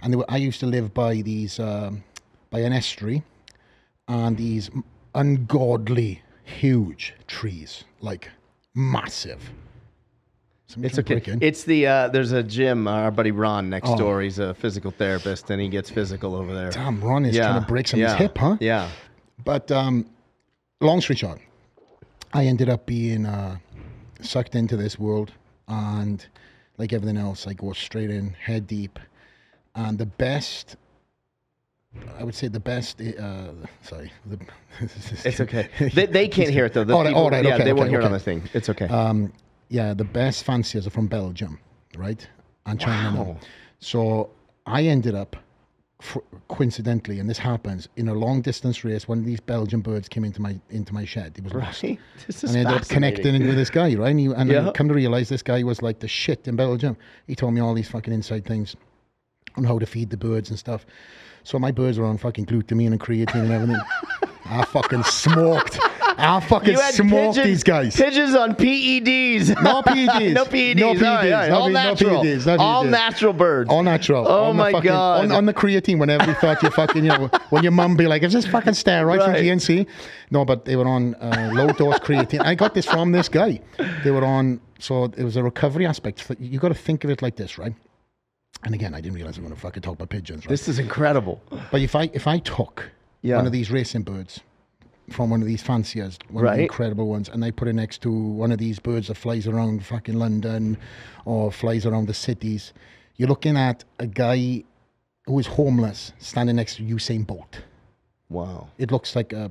Speaker 2: And they were, I used to live by these um, by an estuary and these ungodly huge trees, like massive. Somebody
Speaker 1: It's
Speaker 2: trying to
Speaker 1: okay.
Speaker 2: break in.
Speaker 1: It's the uh, there's a gym. Our buddy Ron next
Speaker 2: Oh.
Speaker 1: door. He's a physical therapist, and he gets physical over there.
Speaker 2: Damn, Ron is trying to break somebody's
Speaker 1: yeah,
Speaker 2: hip, huh?
Speaker 1: Yeah.
Speaker 2: But um, long story short, I ended up being uh, sucked into this world, and like everything else, I go straight in, head deep, and the best. I would say the best. Uh, sorry, the, [laughs]
Speaker 1: It's okay. [laughs] They, they can't hear it though. The
Speaker 2: All right, all right,
Speaker 1: yeah,
Speaker 2: okay,
Speaker 1: they
Speaker 2: okay,
Speaker 1: won't hear it on
Speaker 2: okay.
Speaker 1: the thing. It's okay.
Speaker 2: um, yeah, the best fanciers are from Belgium, right? And China. now.
Speaker 1: Wow.
Speaker 2: So I ended up, f- coincidentally, and this happens in a long distance race. One of these Belgian birds came into my into my shed. It was lost.
Speaker 1: right? [laughs] This is
Speaker 2: and I ended up
Speaker 1: fascinating.
Speaker 2: connecting with this guy, right? And, he, and
Speaker 1: Yeah.
Speaker 2: I come to realize this guy was like the shit in Belgium. He told me all these fucking inside things on how to feed the birds and stuff. So my birds were on fucking glutamine and creatine and
Speaker 1: [laughs]
Speaker 2: everything. I fucking smoked. I fucking
Speaker 1: You had
Speaker 2: smoked
Speaker 1: pigeons,
Speaker 2: these guys.
Speaker 1: Pigeons on PEDs.
Speaker 2: No PEDs.
Speaker 1: [laughs] no E PEDs.
Speaker 2: [laughs] No
Speaker 1: all right, all, right.
Speaker 2: PEDs, no
Speaker 1: all
Speaker 2: P- E no
Speaker 1: natural.
Speaker 2: PEDs, no
Speaker 1: all
Speaker 2: PEDs.
Speaker 1: natural birds.
Speaker 2: All natural.
Speaker 1: Oh
Speaker 2: on the
Speaker 1: my
Speaker 2: fucking,
Speaker 1: God.
Speaker 2: On, on the creatine, whenever you thought you fucking, you know, when your mum be like, "Is this fucking steroid from
Speaker 1: Right.
Speaker 2: GNC?" No, but they were on uh, low dose creatine. I got this from this guy. They were on, so it was a recovery aspect. You got to think of it like this, right? And again, I didn't realize I'm going to fucking talk about pigeons, right?
Speaker 1: This is incredible.
Speaker 2: But if I if I took
Speaker 1: Yeah.
Speaker 2: one of these racing birds from one of these fanciers, one of
Speaker 1: Right.
Speaker 2: the incredible ones, and I put it next to one of these birds that flies around fucking London or flies around the cities, you're looking at a guy who is homeless standing next to Usain Bolt.
Speaker 1: Wow.
Speaker 2: It looks like a,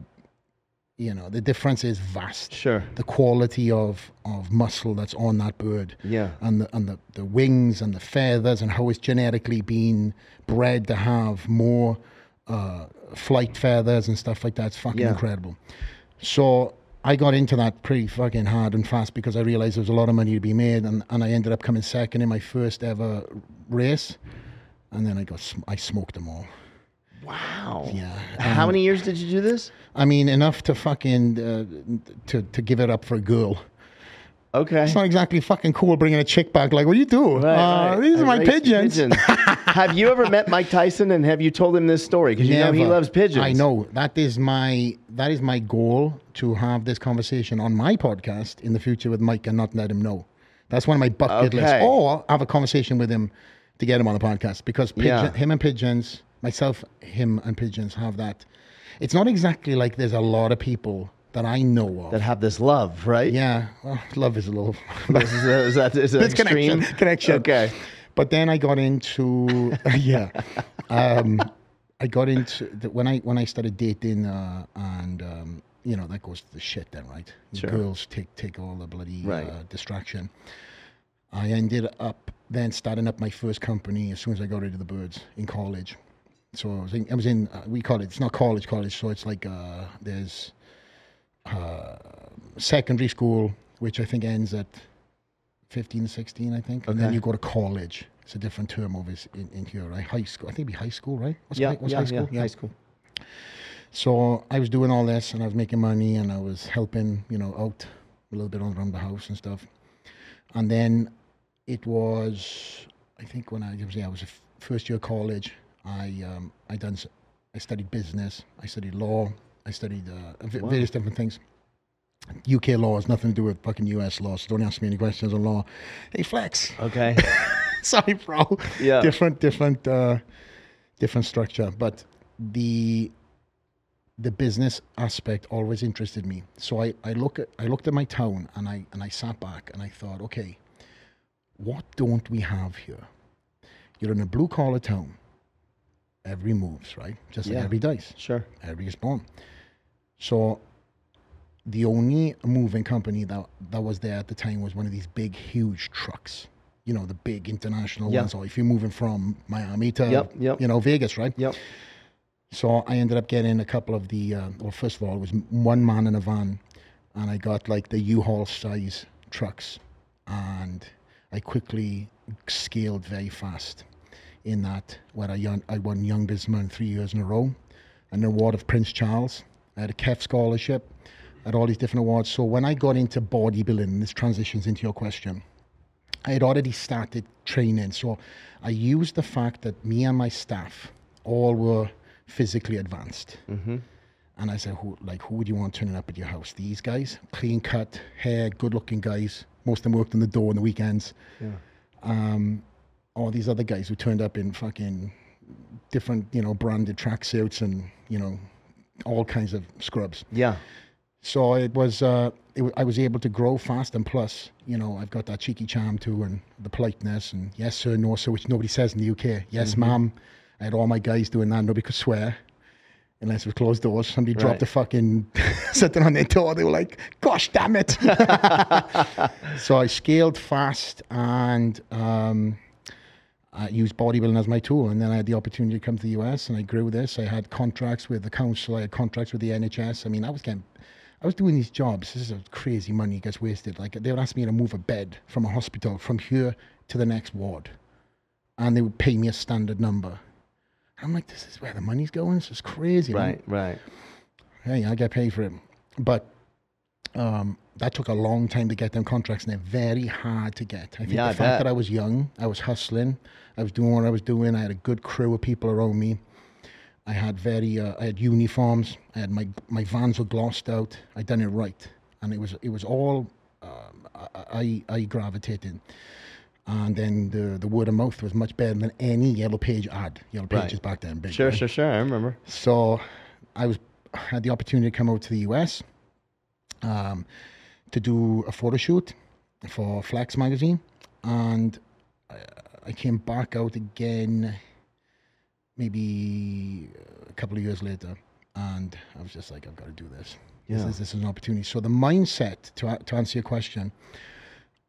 Speaker 2: you know, the difference is vast.
Speaker 1: Sure.
Speaker 2: The quality of, of muscle that's on that bird
Speaker 1: Yeah.
Speaker 2: and the and the, the wings and the feathers and how it's genetically been bred to have more uh, flight feathers and stuff like that. It's fucking
Speaker 1: Yeah.
Speaker 2: incredible. So I got into that pretty fucking hard and fast because I realized there was a lot of money to be made, and, and I ended up coming second in my first ever race, and then I got sm- I smoked them all.
Speaker 1: Wow.
Speaker 2: Yeah.
Speaker 1: How many years did you do this?
Speaker 2: I mean, enough to fucking uh, to to give it up for a girl.
Speaker 1: Okay.
Speaker 2: It's not exactly fucking cool bringing a chick back. Like, what do you do?
Speaker 1: Right,
Speaker 2: uh,
Speaker 1: right.
Speaker 2: These
Speaker 1: I
Speaker 2: are my
Speaker 1: raised
Speaker 2: pigeons. [laughs]
Speaker 1: have you ever met Mike Tyson and have you told him this story? Because you know he
Speaker 2: Never.
Speaker 1: loves pigeons.
Speaker 2: I know that is my that is my goal to have this conversation on my podcast in the future with Mike and not let him know. That's one of my bucket
Speaker 1: Okay.
Speaker 2: lists. Or have a conversation with him to get him on the podcast because pigeon,
Speaker 1: Yeah.
Speaker 2: him and pigeons, myself, him and pigeons have that. It's not exactly like there's a lot of people that I know of.
Speaker 1: That have this love, right?
Speaker 2: yeah, well, love is [laughs] love.
Speaker 1: This is, a, is that is
Speaker 2: [laughs]
Speaker 1: an
Speaker 2: It's
Speaker 1: extreme
Speaker 2: connection. Connection.
Speaker 1: Okay.
Speaker 2: But then I got into [laughs] yeah, um, I got into the, when I when I started dating uh, and um, you know that goes to the shit then right.
Speaker 1: Sure.
Speaker 2: Girls take take all the bloody
Speaker 1: Right.
Speaker 2: uh, distraction. I ended up then starting up my first company as soon as I got rid of the birds in college. So I was in, I was in uh, we call it it's not college college so it's like uh, there's uh, secondary school which I think ends at 15, 16, I think. And then
Speaker 1: Okay.
Speaker 2: you go to college. It's a different term over s- in, in here, right? High school. I think it'd be high school, right? What's
Speaker 1: Yeah,
Speaker 2: high, what's
Speaker 1: yeah,
Speaker 2: high school?
Speaker 1: yeah, high school.
Speaker 2: So I was doing all this and I was making money and I was helping, you know, out a little bit around the house and stuff. And then it was, I think when I it was, yeah, I was a f- first year college, I, um, I done, s- I studied business, I studied law, I studied uh, v- various different things. UK law has nothing to do with fucking US law, so don't ask me any questions on law. Hey, Flex. [laughs]
Speaker 1: Okay.
Speaker 2: sorry, bro.
Speaker 1: Yeah.
Speaker 2: Different, different, uh, different structure. But the the business aspect always interested me. So I, I look at I looked at my town and I and I sat back and I thought, okay, what don't we have here? You're in a blue collar town. Every moves, right? Just
Speaker 1: Yeah.
Speaker 2: like every dice.
Speaker 1: Sure.
Speaker 2: Every is born. So the only moving company that, that was there at the time was one of these big, huge trucks. You know, the big international
Speaker 1: Yeah.
Speaker 2: ones. Or if you're moving from Miami to,
Speaker 1: Yep, yep.
Speaker 2: you know, Vegas, right?
Speaker 1: Yep.
Speaker 2: So I ended up getting a couple of the, uh, well, first of all, it was m- one man in a van, and I got like the U-Haul size trucks, and I quickly scaled very fast. In that, where I, yon- I won Young Businessman three years in a row, an award of Prince Charles. I had a KEF scholarship, I had all these different awards. So when I got into bodybuilding, and this transitions into your question. I had already started training. So I used the fact that me and my staff all were physically advanced. And I said, who, like, who would you want turning up at your house? These guys, clean cut, hair, good looking guys. Most of them worked on the door on the weekends. Um, all these other guys who turned up in fucking different, you know, branded tracksuits and, you know, all kinds of scrubs.
Speaker 1: Yeah.
Speaker 2: So it was, uh, it w- I was able to grow fast, and plus, you know, I've got that cheeky charm too, and the politeness, and yes sir, no sir, which nobody says in the UK. Yes, ma'am. I had all my guys doing that. Nobody could swear, unless it was closed doors. Somebody dropped a fucking [laughs] something on their door. They were like, "Gosh, damn it!" so I scaled fast, and um, I used bodybuilding as my tool. And then I had the opportunity to come to the US and I grew this. I had contracts with the council, I had contracts with the NHS. I mean, I was getting, I was doing these jobs. This is a crazy money gets wasted. Like, they would ask me to move a bed from a hospital from here to the next ward. And they would pay me a standard number. I'm like, this is where the money's going. This is crazy. man
Speaker 1: Right. Right.
Speaker 2: hey, I get paid for it. But um, that took a long time to get them contracts, and they're very hard to get. I think
Speaker 1: Yeah, I
Speaker 2: the fact
Speaker 1: bet.
Speaker 2: that I was young, I was hustling, I was doing what I was doing. I had a good crew of people around me. I had very, uh, I had uniforms. I had my my vans were glossed out. I done it right, and it was it was all um, I I I gravitated. And then the the word of mouth was much better than any Yellow Page ad. Yellow Pages
Speaker 1: Right.
Speaker 2: back then, big
Speaker 1: Sure.
Speaker 2: right?
Speaker 1: Sure. Sure. I remember.
Speaker 2: So I was had the opportunity to come out to the US um, to do a photo shoot for Flex magazine, and I, I came back out again, maybe a couple of years later, and I was just like, I've got to do this.
Speaker 1: Yeah.
Speaker 2: This, is, this is an opportunity. So the mindset to a- to answer your question.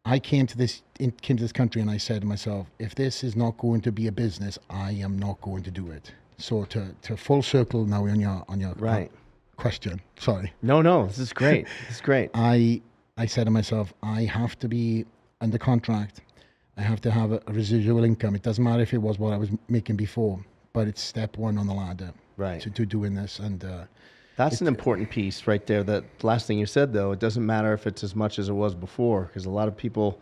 Speaker 2: I came to this in, came to this country and I said to myself, if this is not going to be a business, I am not going to do it. So to, to full circle now on your on your uh,
Speaker 1: Right.
Speaker 2: question. Sorry,
Speaker 1: No. No. This is great. this is
Speaker 2: [laughs]
Speaker 1: great.
Speaker 2: I I said to myself, I have to be under contract. I have to have a, a residual income. It doesn't matter if it was what I was making before, but it's step one on the ladder
Speaker 1: Right.
Speaker 2: to, to doing this. And uh,
Speaker 1: That's an important piece right there. That last thing you said, though, it doesn't matter if it's as much as it was before, because a lot of people,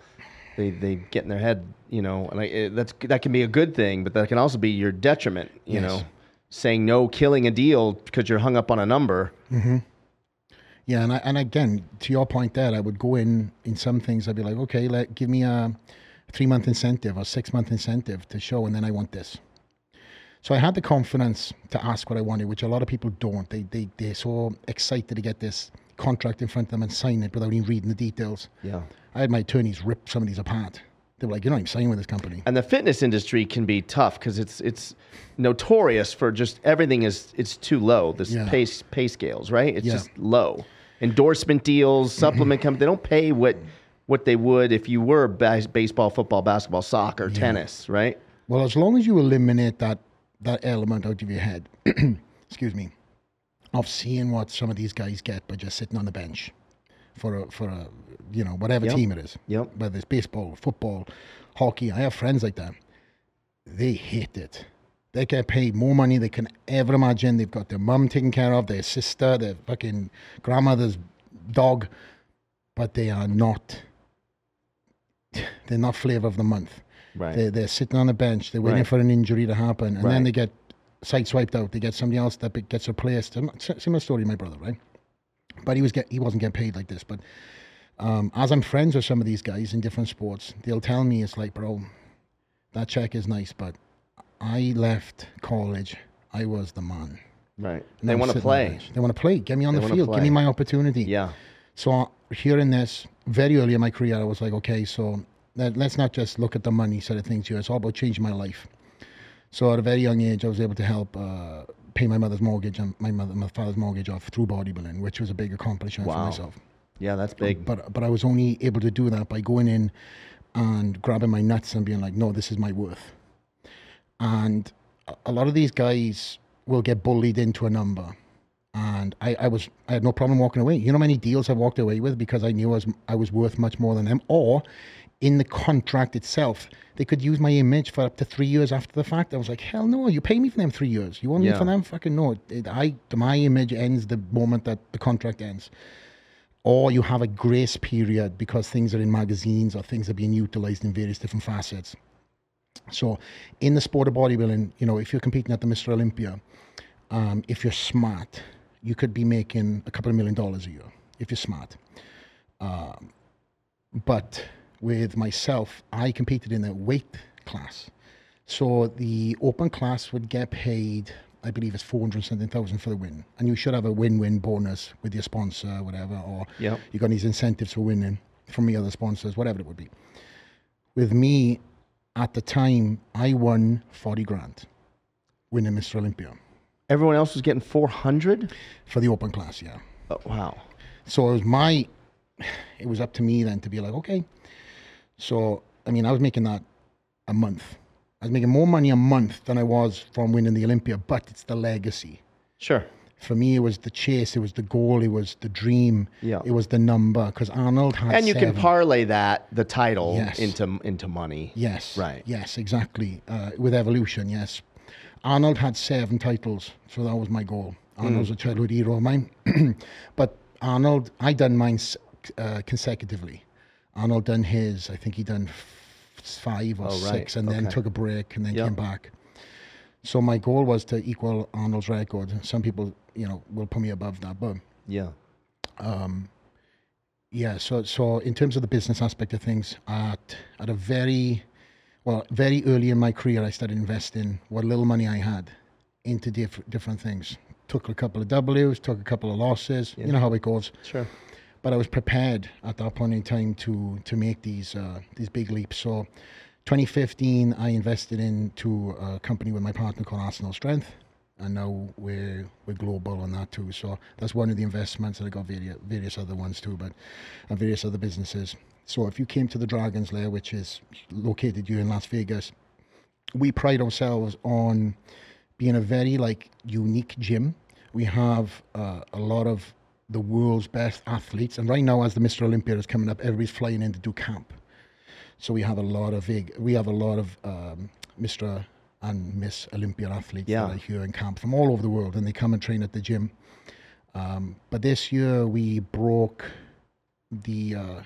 Speaker 1: they, they get in their head, you know, and I, it, that's that can be a good thing, but that can also be your detriment, you
Speaker 2: Yes.
Speaker 1: know, saying no, killing a deal because you're hung up on a number.
Speaker 2: Yeah, and I, and again, to your point there, I would go in in some things. I'd be like, okay, let give me a three month incentive or six month incentive to show, and then I want this. So I had the confidence to ask what I wanted, which a lot of people don't. They they they're so excited to get this contract in front of them and sign it without even reading the details.
Speaker 1: Yeah.
Speaker 2: I had my attorneys rip some of these apart. They were like, you're not even signing with this company.
Speaker 1: And the fitness industry can be tough because it's it's notorious for just everything is it's too low. This
Speaker 2: Yeah.
Speaker 1: pay pay scales, right? It's
Speaker 2: Yeah.
Speaker 1: just low. Endorsement deals, [clears throat] supplement companies, they don't pay what what they would if you were bas- baseball, football, basketball, soccer, tennis, right?
Speaker 2: Well, as long as you eliminate that that element out of your head, [clears throat] excuse me, of seeing what some of these guys get by just sitting on the bench for a for a you know whatever
Speaker 1: Yep.
Speaker 2: team it is,
Speaker 1: Yep.
Speaker 2: whether it's baseball, football, hockey. I have friends like that. They hate it. They get paid more money they can ever imagine. They've got their mum taken care of, their sister, their fucking grandmother's dog, but they are not. They're not flavor of the month.
Speaker 1: Right.
Speaker 2: They're, they're sitting on a bench. They're waiting
Speaker 1: Right.
Speaker 2: for an injury to happen, and
Speaker 1: Right.
Speaker 2: then they get sideswiped out. They get somebody else that be- gets replaced. Um, s- Similar story to my brother, right? But he was get, he wasn't getting paid like this. But um, as I'm friends with some of these guys in different sports, they'll tell me it's like, bro, that check is nice, but I left college. I was the man.
Speaker 1: Right.
Speaker 2: And
Speaker 1: They
Speaker 2: I'm
Speaker 1: want to
Speaker 2: sitting
Speaker 1: play.
Speaker 2: there. They want to play. Get me on the
Speaker 1: wanna
Speaker 2: field. Give
Speaker 1: play.
Speaker 2: me my opportunity.
Speaker 1: Yeah.
Speaker 2: So hearing this very early in my career, I was like, okay, so let, let's not just look at the money side of things here. It's all about changing my life. So at a very young age, I was able to help uh, pay my mother's mortgage and my mother, my father's mortgage off through bodybuilding, which was a big accomplishment for
Speaker 1: Wow.
Speaker 2: myself.
Speaker 1: Yeah, that's big.
Speaker 2: But but I was only able to do that by going in and grabbing my nuts and being like, no, this is my worth. And a- a lot of these guys will get bullied into a number. And I, I was I had no problem walking away. You know how many deals I walked away with because I knew I was I was worth much more than them. Or in the contract itself, they could use my image for up to three years after the fact. I was like, hell no, you pay me for them three years. You want
Speaker 1: Yeah.
Speaker 2: me for them? Fucking no. It- I my image ends the moment that the contract ends or you have a grace period because things are in magazines or things are being utilized in various different facets. So, in the sport of bodybuilding, you know, if you're competing at the Mr. Olympia, um, if you're smart, you could be making a couple of million dollars a year if you're smart. Um, but with myself, I competed in a weight class. So the open class would get paid, I believe it's 400 something thousand for the win. And you should have a win win bonus with your sponsor, whatever, or
Speaker 1: Yep.
Speaker 2: you got these incentives for winning from the other sponsors, whatever it would be. With me at the time, I won 40 grand winning Mr. Olympia
Speaker 1: Everyone else was getting 400?
Speaker 2: for the open class, yeah.
Speaker 1: Oh, wow.
Speaker 2: So it was my, [sighs] it was up to me then to be like, okay. So, I mean, I was making that a month. I was making more money a month than I was from winning the Olympia, but it's the legacy.
Speaker 1: Sure.
Speaker 2: For me, it was the chase, it was the goal, it was the dream,
Speaker 1: Yeah.
Speaker 2: it was the number, because Arnold had
Speaker 1: And you
Speaker 2: seven.
Speaker 1: can parlay that, the title,
Speaker 2: Yes.
Speaker 1: into into money.
Speaker 2: Yes.
Speaker 1: Right.
Speaker 2: Yes, exactly. Uh, with evolution, yes. Arnold had seven titles, so that was my goal. Arnold
Speaker 1: Hmm.
Speaker 2: was a childhood hero of mine. [clears throat] but Arnold, I done mine s- uh, consecutively. Arnold done his, I think he done f- five or
Speaker 1: Oh,
Speaker 2: six,
Speaker 1: right.
Speaker 2: and then
Speaker 1: Okay.
Speaker 2: took a break and then
Speaker 1: Yeah.
Speaker 2: came back. So my goal was to equal Arnold's record. Some people, you know, will put me above that, but
Speaker 1: Yeah.
Speaker 2: yeah, so so in terms of the business aspect of things, at at a very well, very early in my career, I started investing what little money I had into diff- different things. Took a couple of W's, took a couple of losses. You know how it goes.
Speaker 1: Sure.
Speaker 2: But I was prepared at that point in time to to make these uh, these big leaps. So, 2015, I invested into a company with my partner called Arsenal Strength, and now we're we're global on that too. So that's one of the investments, and I got various various other ones too, but and various other businesses. So if you came to the Dragons Lair, which is located here in Las Vegas, we pride ourselves on being a very like unique gym. We have uh, a lot of the world's best athletes, and right now, as the Mr. Olympia is coming up, everybody's flying in to do camp. So we have a lot of big, we have a lot of um, Mr. and Miss Olympia athletes
Speaker 1: Yeah.
Speaker 2: that are here in camp from all over the world, and they come and train at the gym. Um, but this year we broke the, uh,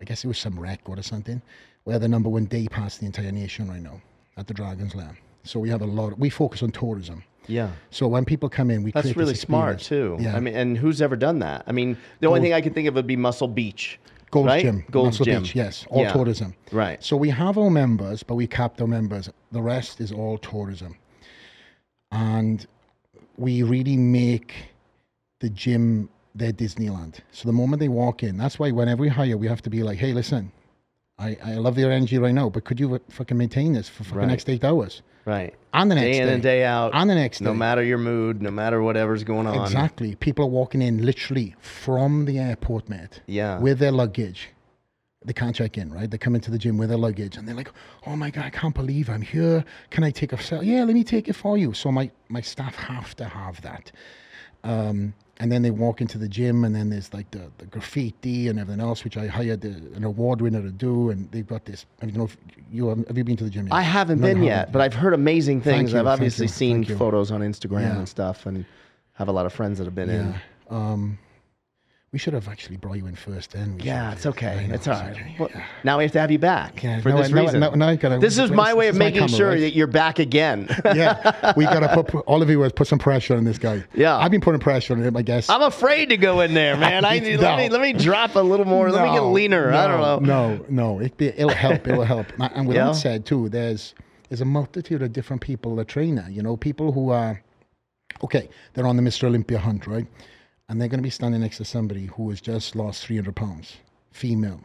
Speaker 2: I guess it was some record or something, where the number one day pass the entire nation right now at the Dragons Lair. So we have a lot. We focus on tourism.
Speaker 1: Yeah.
Speaker 2: So when people come in, we
Speaker 1: That's
Speaker 2: create this
Speaker 1: really smart too.
Speaker 2: experience. Yeah.
Speaker 1: I mean, and who's ever done that? I mean, the only thing I could think of would be Muscle Beach.
Speaker 2: Gold's
Speaker 1: right?
Speaker 2: Gym,
Speaker 1: Gold's
Speaker 2: Muscle
Speaker 1: Gym.
Speaker 2: Beach, yes, all
Speaker 1: Yeah.
Speaker 2: tourism.
Speaker 1: Right.
Speaker 2: So we have our members, but we cap our members. The rest is all tourism, and we really make the gym their Disneyland. So the moment they walk in, that's why whenever we hire, we have to be like, "Hey, listen, I, I love your energy right now, but could you uh, fucking maintain this for fucking
Speaker 1: Right.
Speaker 2: next eight hours?"
Speaker 1: Right.
Speaker 2: And the next
Speaker 1: Day in
Speaker 2: day.
Speaker 1: and day out.
Speaker 2: And the next
Speaker 1: No
Speaker 2: day.
Speaker 1: matter your mood, no matter whatever's going on.
Speaker 2: Exactly. People are walking in literally from the airport, mate.
Speaker 1: Yeah.
Speaker 2: With their luggage. They can't check in, right? They come into the gym with their luggage and they're like, oh my God, I can't believe I'm here. Can I take a cell? Yeah, let me take it for you. So my, my staff have to have that. Um, and then they walk into the gym and then there's like the, the graffiti and everything else, which I hired the, an award winner to do. And they've got this, I don't know if you have, have you been to the gym yet?
Speaker 1: I haven't
Speaker 2: No, you
Speaker 1: been yet, but I've heard amazing things.
Speaker 2: you,
Speaker 1: I've
Speaker 2: thank
Speaker 1: obviously
Speaker 2: you,
Speaker 1: seen
Speaker 2: thank you.
Speaker 1: photos on Instagram
Speaker 2: Yeah.
Speaker 1: and stuff, and have a lot of friends that have been in.
Speaker 2: Yeah. Um, we should have actually brought you in first then. We
Speaker 1: Yeah,
Speaker 2: should-
Speaker 1: it's okay.
Speaker 2: I know,
Speaker 1: it's all right.
Speaker 2: okay.
Speaker 1: Well, Now we have to have you back
Speaker 2: Yeah,
Speaker 1: for
Speaker 2: now I-
Speaker 1: this
Speaker 2: now I-
Speaker 1: reason.
Speaker 2: now- now I gotta-
Speaker 1: this is my
Speaker 2: this-
Speaker 1: way of
Speaker 2: this is my
Speaker 1: making
Speaker 2: camera,
Speaker 1: sure
Speaker 2: right?
Speaker 1: that you're back
Speaker 2: [laughs]
Speaker 1: again.
Speaker 2: yeah, we gotta put put- all of you has put some pressure on this guy.
Speaker 1: Yeah.
Speaker 2: I've been putting pressure on him, I guess.
Speaker 1: I'm afraid to go in there, man.
Speaker 2: [laughs]
Speaker 1: I need, let me
Speaker 2: No.
Speaker 1: let me drop a little more. let me get
Speaker 2: No,
Speaker 1: leaner. I don't know.
Speaker 2: no, No, no, it be, it'll
Speaker 1: [laughs]
Speaker 2: help. It'll help. And- And with
Speaker 1: Yeah.
Speaker 2: that said, too, there's there's a multitude of different people that train there. You know, people who are okay, they're on the Mr. Olympia hunt, right? And they're going to be standing next to somebody who has just lost 300 pounds, female,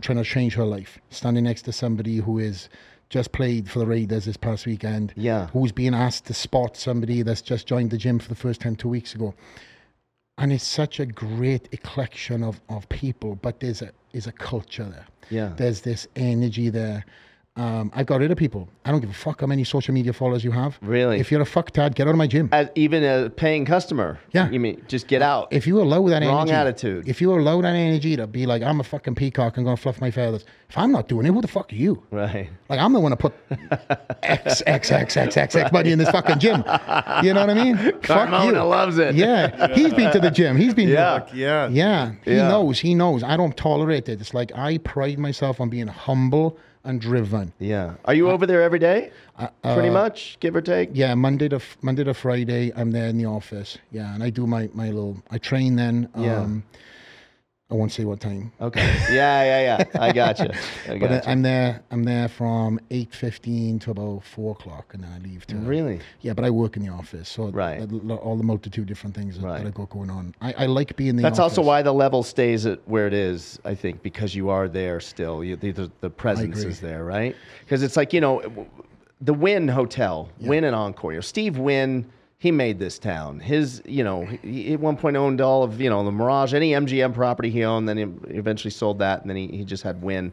Speaker 2: trying to change her life, standing next to somebody who is just played for the Raiders this past weekend,
Speaker 1: Yeah.
Speaker 2: who's being asked to spot somebody that's just joined the gym for the first time two weeks ago. And it's such a great collection of, of people, but there's a, is a culture there.
Speaker 1: Yeah.
Speaker 2: There's this energy there. Um, I got rid of people. I don't give a fuck how many social media followers you have.
Speaker 1: Really?
Speaker 2: If you're a fucktard, get out of my gym.
Speaker 1: As even a paying customer.
Speaker 2: Yeah.
Speaker 1: You mean just get out?
Speaker 2: If you allow that
Speaker 1: Wrong
Speaker 2: energy,
Speaker 1: attitude.
Speaker 2: If you allow that energy to be like, I'm a fucking peacock, I'm gonna fluff my feathers. If I'm not doing it, who the fuck are you?
Speaker 1: right.
Speaker 2: Like I'm the one
Speaker 1: [laughs]
Speaker 2: to put X X X X X X money in this fucking gym. You know what I mean? fuck you.
Speaker 1: Carmona loves it.
Speaker 2: Yeah, he's been to the gym. He's been.
Speaker 1: Yeah.
Speaker 3: Fuck yeah.
Speaker 2: [laughs] Yeah, he
Speaker 1: Uh, Yeah.
Speaker 2: knows. He knows. I don't tolerate it. It's like I pride myself on being humble and driven.
Speaker 1: Yeah. Are you over there every day? Pretty much, give or take.
Speaker 2: uh, Yeah, Monday to f- Monday to Friday, I'm there in the office. Yeah, and I do my my little. I train then. Um,
Speaker 1: Yeah.
Speaker 2: I won't say what time.
Speaker 1: Okay. Yeah, yeah, yeah. I got
Speaker 2: [laughs]
Speaker 1: you. I
Speaker 2: But
Speaker 1: got
Speaker 2: I, I'm there. I'm there from eight fifteen to about four o'clock, and then I leave. To
Speaker 1: you. Really?
Speaker 2: Yeah, but I work in the office, so
Speaker 1: Right.
Speaker 2: a lo- all the multitude of different things that,
Speaker 1: Right.
Speaker 2: that I got going on. I, I like being in the.
Speaker 1: That's also
Speaker 2: office.
Speaker 1: why the level stays at where it is, I think, because you are there still. You, the, the, the presence
Speaker 2: agree.
Speaker 1: is there, right? Because it's like, you know, w- the Wynn Hotel, Wynn and Encore. you know, Steve Wynn, he made this town. His, you know, he he at one point owned all of, you know, the Mirage, any MGM property he owned, then he eventually sold that, and then he, he just had Wynn.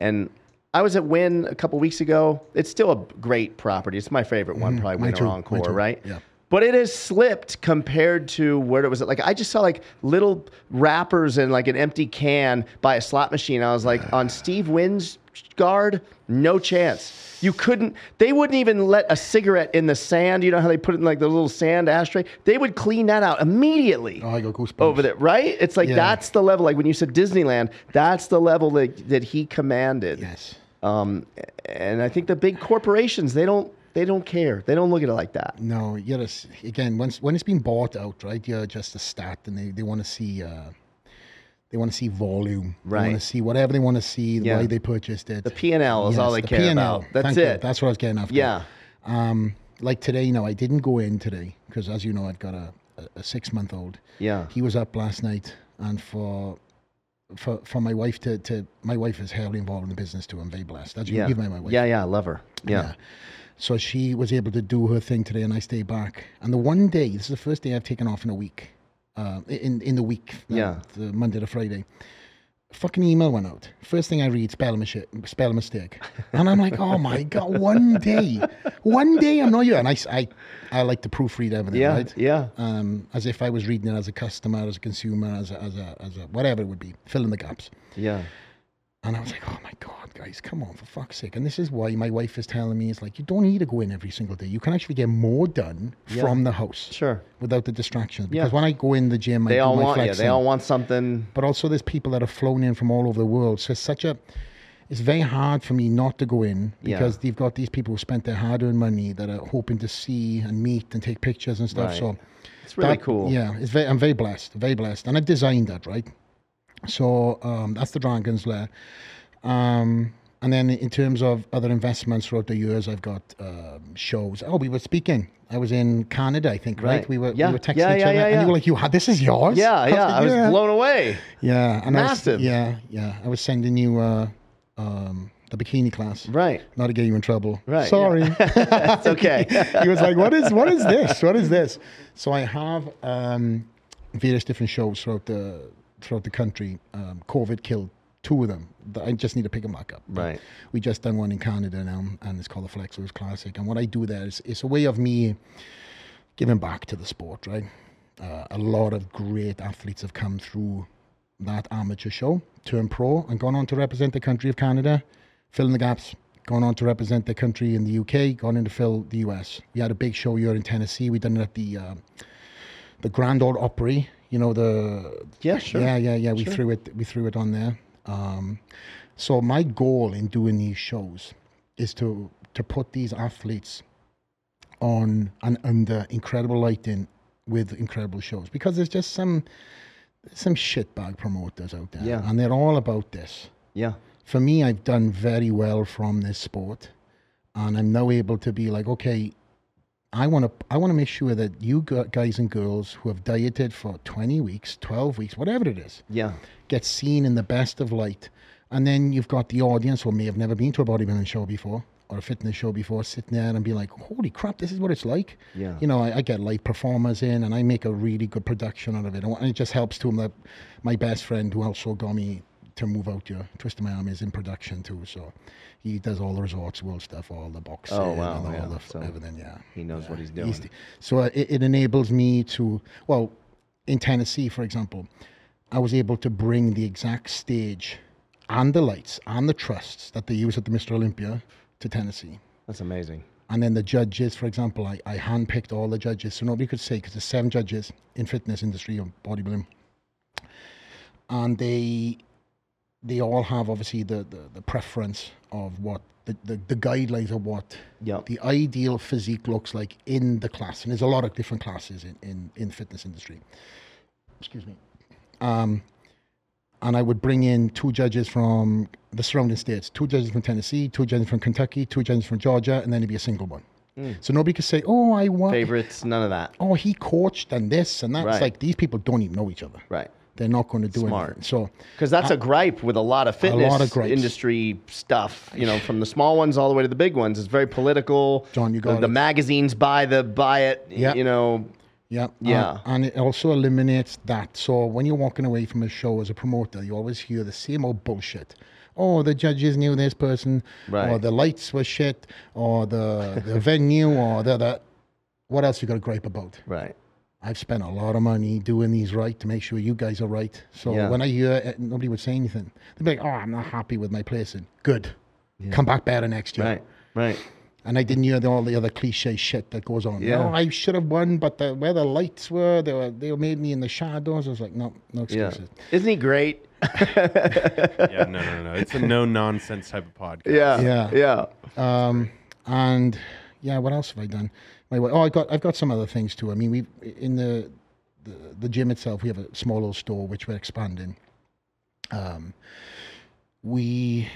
Speaker 1: And I was at Wynn a couple weeks ago. It's still a great property. It's my favorite one, probably Wynn
Speaker 2: Mm-hmm. too,
Speaker 1: or
Speaker 2: mine
Speaker 1: Encore,
Speaker 2: too.
Speaker 1: right?
Speaker 2: Yeah.
Speaker 1: But it has slipped compared to where it was. Like I just saw like little wrappers and like an empty can by a slot machine. I was like, on Steve Wynn's guard, no chance. You couldn't. They wouldn't even let a cigarette in the sand. You know how they put it in like the little sand ashtray. They would clean that out immediately
Speaker 2: Oh, I got goosebumps.
Speaker 1: over there, right? It's like
Speaker 2: Yeah.
Speaker 1: that's the level. Like when you said Disneyland, that's the level that that he commanded.
Speaker 2: Yes.
Speaker 1: Um, and I think the big corporations they don't they don't care. They don't look at it like that.
Speaker 2: No, you're a s again once when it's been bought out, right? You're just a stat, and they, they want to see uh, they want to see volume, They
Speaker 1: Right.
Speaker 2: want to see whatever they want to see,
Speaker 1: Yeah.
Speaker 2: why they purchased it.
Speaker 1: The P and L is all they care about. That's
Speaker 2: Thank you.
Speaker 1: it.
Speaker 2: That's what I was getting after.
Speaker 1: Yeah.
Speaker 2: Um, like today, no, I didn't go in today because, as you know, I've got a, a, a six month old.
Speaker 1: Yeah.
Speaker 2: He was up last night, and for for for my wife to, to my wife is heavily involved in the business too. I'm very blessed. As you
Speaker 1: yeah.
Speaker 2: give my my wife.
Speaker 1: Yeah, yeah, I love her. Yeah.
Speaker 2: So she was able to do her thing today, and I stay back. And the one day, this is the first day I've taken off in a week, uh, in in the week, uh,
Speaker 1: Yeah.
Speaker 2: the Monday to Friday. Fucking email went out. First thing I read, spell mistake, spell mistake, and I'm like, oh my god, one day, one day I'm not here, and I, s- I, I like to proofread everything,
Speaker 1: Yeah.
Speaker 2: right?
Speaker 1: Yeah.
Speaker 2: Um, as if I was reading it as a customer, as a consumer, as a, as a, as a whatever it would be, fill in the gaps.
Speaker 1: Yeah.
Speaker 2: And I was like, oh my God, guys, come on, for fuck's sake. And this is why my wife is telling me, it's like, you don't need to go in every single day. You can actually get more done from the house
Speaker 1: Sure.
Speaker 2: without the distractions.
Speaker 1: Yeah.
Speaker 2: Because when I go in the gym,
Speaker 1: They
Speaker 2: I do
Speaker 1: all
Speaker 2: my
Speaker 1: want you.
Speaker 2: flexing.
Speaker 1: They all want something.
Speaker 2: But also, there's people that have flown in from all over the world. So it's such a, it's very hard for me not to go in
Speaker 1: Yeah.
Speaker 2: because they've got these people who spent their hard earned money that are hoping to see and meet and take pictures and stuff.
Speaker 1: Right.
Speaker 2: So
Speaker 1: It's really
Speaker 2: that-
Speaker 1: cool.
Speaker 2: Yeah, it's very, I'm very blessed, very blessed, and I designed that right. So um, that's the Dragon's Lair. Um, and then in terms of other investments throughout the years, I've got um, shows. Oh, we were speaking. I was in Canada, I think, right?
Speaker 1: Right.
Speaker 2: We were
Speaker 1: Yeah.
Speaker 2: we were texting
Speaker 1: Yeah,
Speaker 2: each
Speaker 1: yeah,
Speaker 2: other,
Speaker 1: yeah,
Speaker 2: and
Speaker 1: yeah.
Speaker 2: you were like, "You had this is yours."
Speaker 1: Yeah, yeah. I was
Speaker 2: yeah.
Speaker 1: blown away.
Speaker 2: Yeah, and I was-
Speaker 1: Massive.
Speaker 2: yeah, yeah. I was sending you uh, um, the bikini class,
Speaker 1: Right.
Speaker 2: Not to get you in trouble.
Speaker 1: Right, [laughs]
Speaker 2: Sorry. [laughs]
Speaker 1: It's okay.
Speaker 2: he was like, "What is what is this? What is this?" So I have um, various different shows throughout the throughout the country. Um, COVID killed two of them. Th- I just need to pick them back up. But
Speaker 1: Right.
Speaker 2: We just done one in Canada now, and it's called the Flexos Classic. And what I do there is it's a way of me giving back to the sport. Right. Uh, a lot of great athletes have come through that amateur show, turned pro, and gone on to represent the country of Canada, fill in the gaps, gone on to represent the country in the UK, gone in to fill the US. We had a big show here in Tennessee. We done it at the um the Grand Ole Opry. You know the
Speaker 1: Yeah, sure.
Speaker 2: yeah yeah yeah. We threw it we threw it on there. Um, so my goal in doing these shows is to to put these athletes on and under incredible lighting with incredible shows because there's just some some shitbag promoters out there
Speaker 1: Yeah.
Speaker 2: and they're all about this
Speaker 1: Yeah.
Speaker 2: for me i've done very well from this sport and i'm now able to be like okay I want to I want to make sure that you gu- guys and girls who have dieted for 20 weeks, 12 weeks, whatever it is,
Speaker 1: Yeah.
Speaker 2: get seen in the best of light. And then you've got the audience who may have never been to a bodybuilding show before or a fitness show before sitting there and be like, holy crap, this is what it's like.
Speaker 1: Yeah.
Speaker 2: You know, I, I get live performers in and I make a really good production out of it. And it just helps to that my best friend who also got me to move out here, Twist of My Arm is in production too. So he does all the resorts world stuff, all the boxing,
Speaker 1: Oh, wow,
Speaker 2: and all
Speaker 1: yeah.
Speaker 2: the
Speaker 1: So-
Speaker 2: everything. Yeah.
Speaker 1: He knows what he's doing.
Speaker 2: East- So uh, it, it enables me to, well, in Tennessee, for example, I was able to bring the exact stage and the lights and the trusts that they use at the Mr. Olympia to Tennessee.
Speaker 1: That's amazing.
Speaker 2: And then the judges, for example, I, I handpicked all the judges. So nobody could say, because there's seven judges in fitness industry or bodybuilding. And they they all have obviously the, the, the preference of what the, the, the guidelines of what
Speaker 1: Yep.
Speaker 2: the ideal physique looks like in the class. And there's a lot of different classes in, in, in the fitness industry. Excuse me. Um, and I would bring in two judges from the surrounding states, two judges from Tennessee, two judges from Kentucky, two judges from Georgia, and then it'd be a single one.
Speaker 1: Hmm.
Speaker 2: So nobody could say, "Oh, I won."
Speaker 1: Favorites, none of that.
Speaker 2: Oh, he coached and this and that's
Speaker 1: Right.
Speaker 2: like these people don't even know each other.
Speaker 1: Right.
Speaker 2: They're not going to do
Speaker 1: Smart.
Speaker 2: anything. So
Speaker 1: Because that's a gripe with a lot of fitness
Speaker 2: lot of gripes.
Speaker 1: industry stuff. You know, from the
Speaker 2: [sighs]
Speaker 1: small ones all the way to the big ones. It's very political.
Speaker 2: John, you
Speaker 1: the,
Speaker 2: got
Speaker 1: the
Speaker 2: it.
Speaker 1: magazines buy the buy it. y-
Speaker 2: Yeah.
Speaker 1: You know.
Speaker 2: Yeah. and-
Speaker 1: Yeah.
Speaker 2: And, it also eliminates that. So when you're walking away from a show as a promoter, you always hear the same old bullshit. Oh, the judges knew this person, or
Speaker 1: Right.
Speaker 2: the lights were shit, or the,
Speaker 1: [laughs]
Speaker 2: the venue, or the, the. What else you got to gripe about?
Speaker 1: Right.
Speaker 2: I've spent a lot of money doing these right to make sure you guys are right. So
Speaker 1: Yeah.
Speaker 2: when I hear it, nobody would say anything. They'd be like, oh, I'm not happy with my placing. Good. Come back better next year.
Speaker 1: Right. Right.
Speaker 2: And I didn't hear the, all the other cliche shit that goes on.
Speaker 1: Yeah.
Speaker 2: No, I should have won, but the, where the lights were, they were they made me in the shadows. I was like, no, no
Speaker 1: Yeah.
Speaker 2: excuses.
Speaker 1: Isn't he great?
Speaker 3: yeah, no, no, no. It's a no nonsense type of podcast.
Speaker 1: [laughs] Yeah.
Speaker 2: Yeah.
Speaker 1: Yeah.
Speaker 2: Um, and yeah, what else have I done? My wa- oh, I got I've got some other things too. I mean, we in the, the the gym itself, we have a small little store which we're expanding. Um, we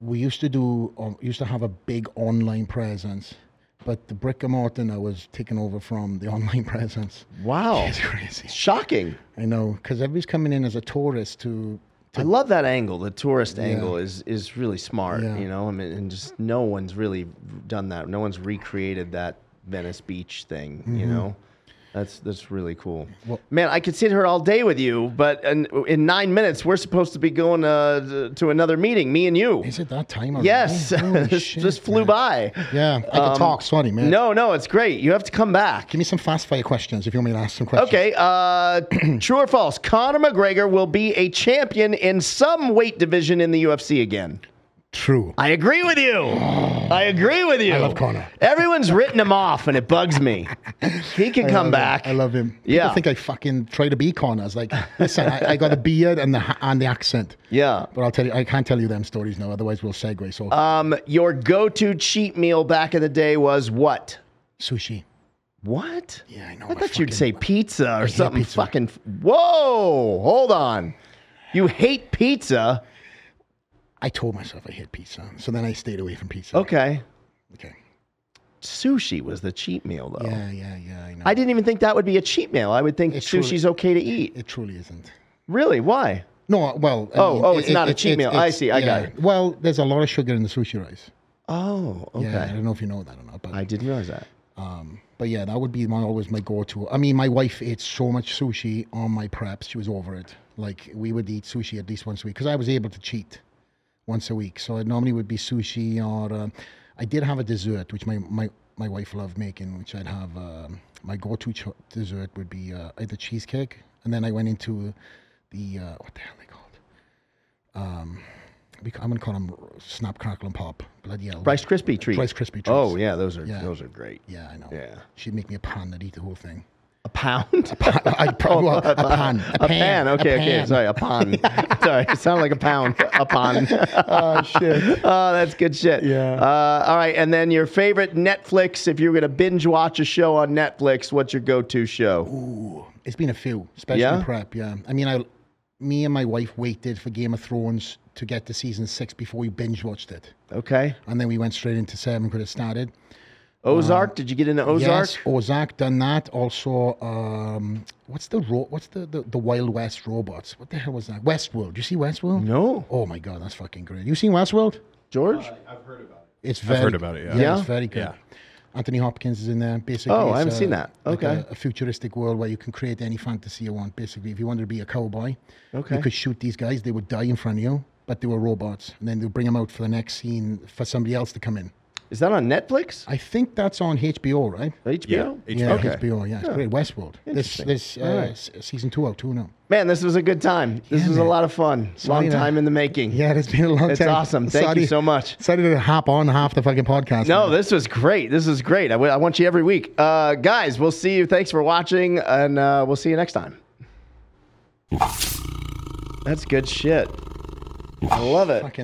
Speaker 2: we used to do um, used to have a big online presence, but the brick and mortar now was taken over from the [laughs] online presence.
Speaker 1: Wow.
Speaker 2: It's crazy.
Speaker 1: Shocking.
Speaker 2: I know, because everybody's coming in as a tourist to.
Speaker 1: I love that angle. The tourist angle is is really smart.
Speaker 2: Yeah.
Speaker 1: You know, I mean, and just no one's really done that. No one's recreated that Venice Beach thing. You
Speaker 2: Mm-hmm.
Speaker 1: know, that's that's really cool. Man, I could sit here all day with you, but in, in nine minutes we're supposed to be going uh, to another meeting. Me and you.
Speaker 2: Is it that time already?
Speaker 1: Yes,
Speaker 2: Holy
Speaker 1: [laughs] just,
Speaker 2: shit,
Speaker 1: just flew
Speaker 2: man.
Speaker 1: by. Um,
Speaker 2: Yeah, I can talk. Sorry, man.
Speaker 1: No, no, it's great. You have to come back.
Speaker 2: Give me some fast fire questions if you want me to ask some questions.
Speaker 1: Okay, uh, [clears throat] true or false? Conor McGregor will be a champion in some weight division in the UFC again.
Speaker 2: True.
Speaker 1: I agree with you. [gasps] I agree with you. I
Speaker 2: love Conor.
Speaker 1: Everyone's written him off, and it bugs me.
Speaker 2: [laughs]
Speaker 1: He can come
Speaker 2: love him.
Speaker 1: back.
Speaker 2: I love him. People
Speaker 1: Yeah.
Speaker 2: think I fucking try to be Connor. I was like, listen, I, I got a beard and the ha- and the accent.
Speaker 1: Yeah.
Speaker 2: But I'll tell you, I can't tell you them stories now. Otherwise, we'll segue. So
Speaker 1: Um, your go-to cheat meal back in the day was what?
Speaker 2: sushi.
Speaker 1: What?
Speaker 2: Yeah, I know.
Speaker 1: I
Speaker 2: I'm a
Speaker 1: thought you'd
Speaker 2: fucking-
Speaker 1: say pizza or something.
Speaker 2: pizza.
Speaker 1: Fucking. Whoa! Hold on. You hate pizza?
Speaker 2: I told myself I hate pizza, so then I stayed away from pizza.
Speaker 1: Okay.
Speaker 2: Okay.
Speaker 1: Sushi was the cheat meal, though.
Speaker 2: Yeah, yeah, yeah. I know.
Speaker 1: I didn't even think that would be a cheat meal. I would think
Speaker 2: It truly-
Speaker 1: sushi's okay to eat.
Speaker 2: it truly isn't.
Speaker 1: Really? Why?
Speaker 2: No, well. I
Speaker 1: Oh, oh, it's not a cheat
Speaker 2: it's-
Speaker 1: meal. I
Speaker 2: it's-
Speaker 1: see, I got
Speaker 2: yeah. Well, there's a lot of sugar in the sushi rice.
Speaker 1: Oh, okay.
Speaker 2: Yeah, I don't know if you know that or not, but
Speaker 1: I didn't realize that.
Speaker 2: Um, but yeah, that would be my always my go-to. I mean, my wife ate so much sushi on my preps; she was over it. Like we would eat sushi at least once a week because I was able to cheat once a week. So it normally would be sushi or um I did have a dessert which my my, my wife loved making, which I'd have. Um, my go-to cho- dessert would be uh, either cheesecake, and then I went into the uh, what the hell are they called? Um, we ca- I'm gonna call them snap, crackle, and pop. Bloody hell!
Speaker 1: Rice Krispie treats.
Speaker 2: Rice Krispie treats.
Speaker 1: Oh yeah, those are
Speaker 2: Yeah.
Speaker 1: those are great.
Speaker 2: Yeah, I know.
Speaker 1: Yeah.
Speaker 2: She'd make me a pan that eat the whole thing.
Speaker 1: A pound.
Speaker 2: I, pro- well, a pan.
Speaker 1: [laughs] A pan. Okay, okay. Sorry, a
Speaker 2: [laughs]
Speaker 1: pond. [laughs] sorry, it sounded like a pound. A pond.
Speaker 2: Oh, shit.
Speaker 1: [laughs] oh, that's good shit.
Speaker 2: Yeah.
Speaker 1: Uh, all right, and then your favorite Netflix. If you were gonna binge watch a show on Netflix, what's your go-to show?
Speaker 2: It's been a few, especially
Speaker 1: Yeah?
Speaker 2: prep, yeah. I mean, I, me and my wife waited for Game of Thrones to get to season six before we binge watched it.
Speaker 1: Okay.
Speaker 2: And then we went straight into seven because it started.
Speaker 1: Ozark. Did you get into Ozark?
Speaker 2: Uh, Yes, Ozark done that. Also, um, what's the ro- what's the, the the Wild West robots? What the hell was that? Westworld. You see Westworld?
Speaker 1: No,
Speaker 2: Oh my god, that's fucking great. You seen Westworld?
Speaker 1: George.
Speaker 3: I've heard about it.
Speaker 2: It's very
Speaker 3: heard about it, yeah.
Speaker 1: Yeah?
Speaker 2: it's very good.
Speaker 3: Yeah.
Speaker 2: Anthony Hopkins is in there. Basically,
Speaker 1: Oh, I
Speaker 2: it's
Speaker 1: haven't seen that.
Speaker 2: like
Speaker 1: Okay.
Speaker 2: a, a futuristic world where you can create any fantasy you want. Basically, if you wanted to be a cowboy,
Speaker 1: Okay.
Speaker 2: you could shoot these guys. They would die in front of you, but they were robots, and then they'll bring them out for the next scene for somebody else to come in.
Speaker 1: Is that on Netflix?
Speaker 2: I think that's on HBO, right?
Speaker 1: HBO.
Speaker 3: Yeah,
Speaker 2: Yeah,
Speaker 1: Okay.
Speaker 2: HBO. Yeah, it's great. Westworld. This
Speaker 1: Interesting.
Speaker 2: this uh, s- season two out two now.
Speaker 1: Man, this was a good time. This was a lot of fun. Long
Speaker 2: man.
Speaker 1: time in the making.
Speaker 2: Yeah, it's been a long
Speaker 1: It's
Speaker 2: time.
Speaker 1: awesome. Thank you
Speaker 2: Sorry-
Speaker 1: so much.
Speaker 2: Sorry to hop on half the fucking podcast.
Speaker 1: No,
Speaker 2: man.
Speaker 1: this was great. This was great. I, w- I want you every week. Uh, guys, we'll see you. Thanks for watching, and uh, we'll see you next time. That's good shit. I love it.
Speaker 2: Fucking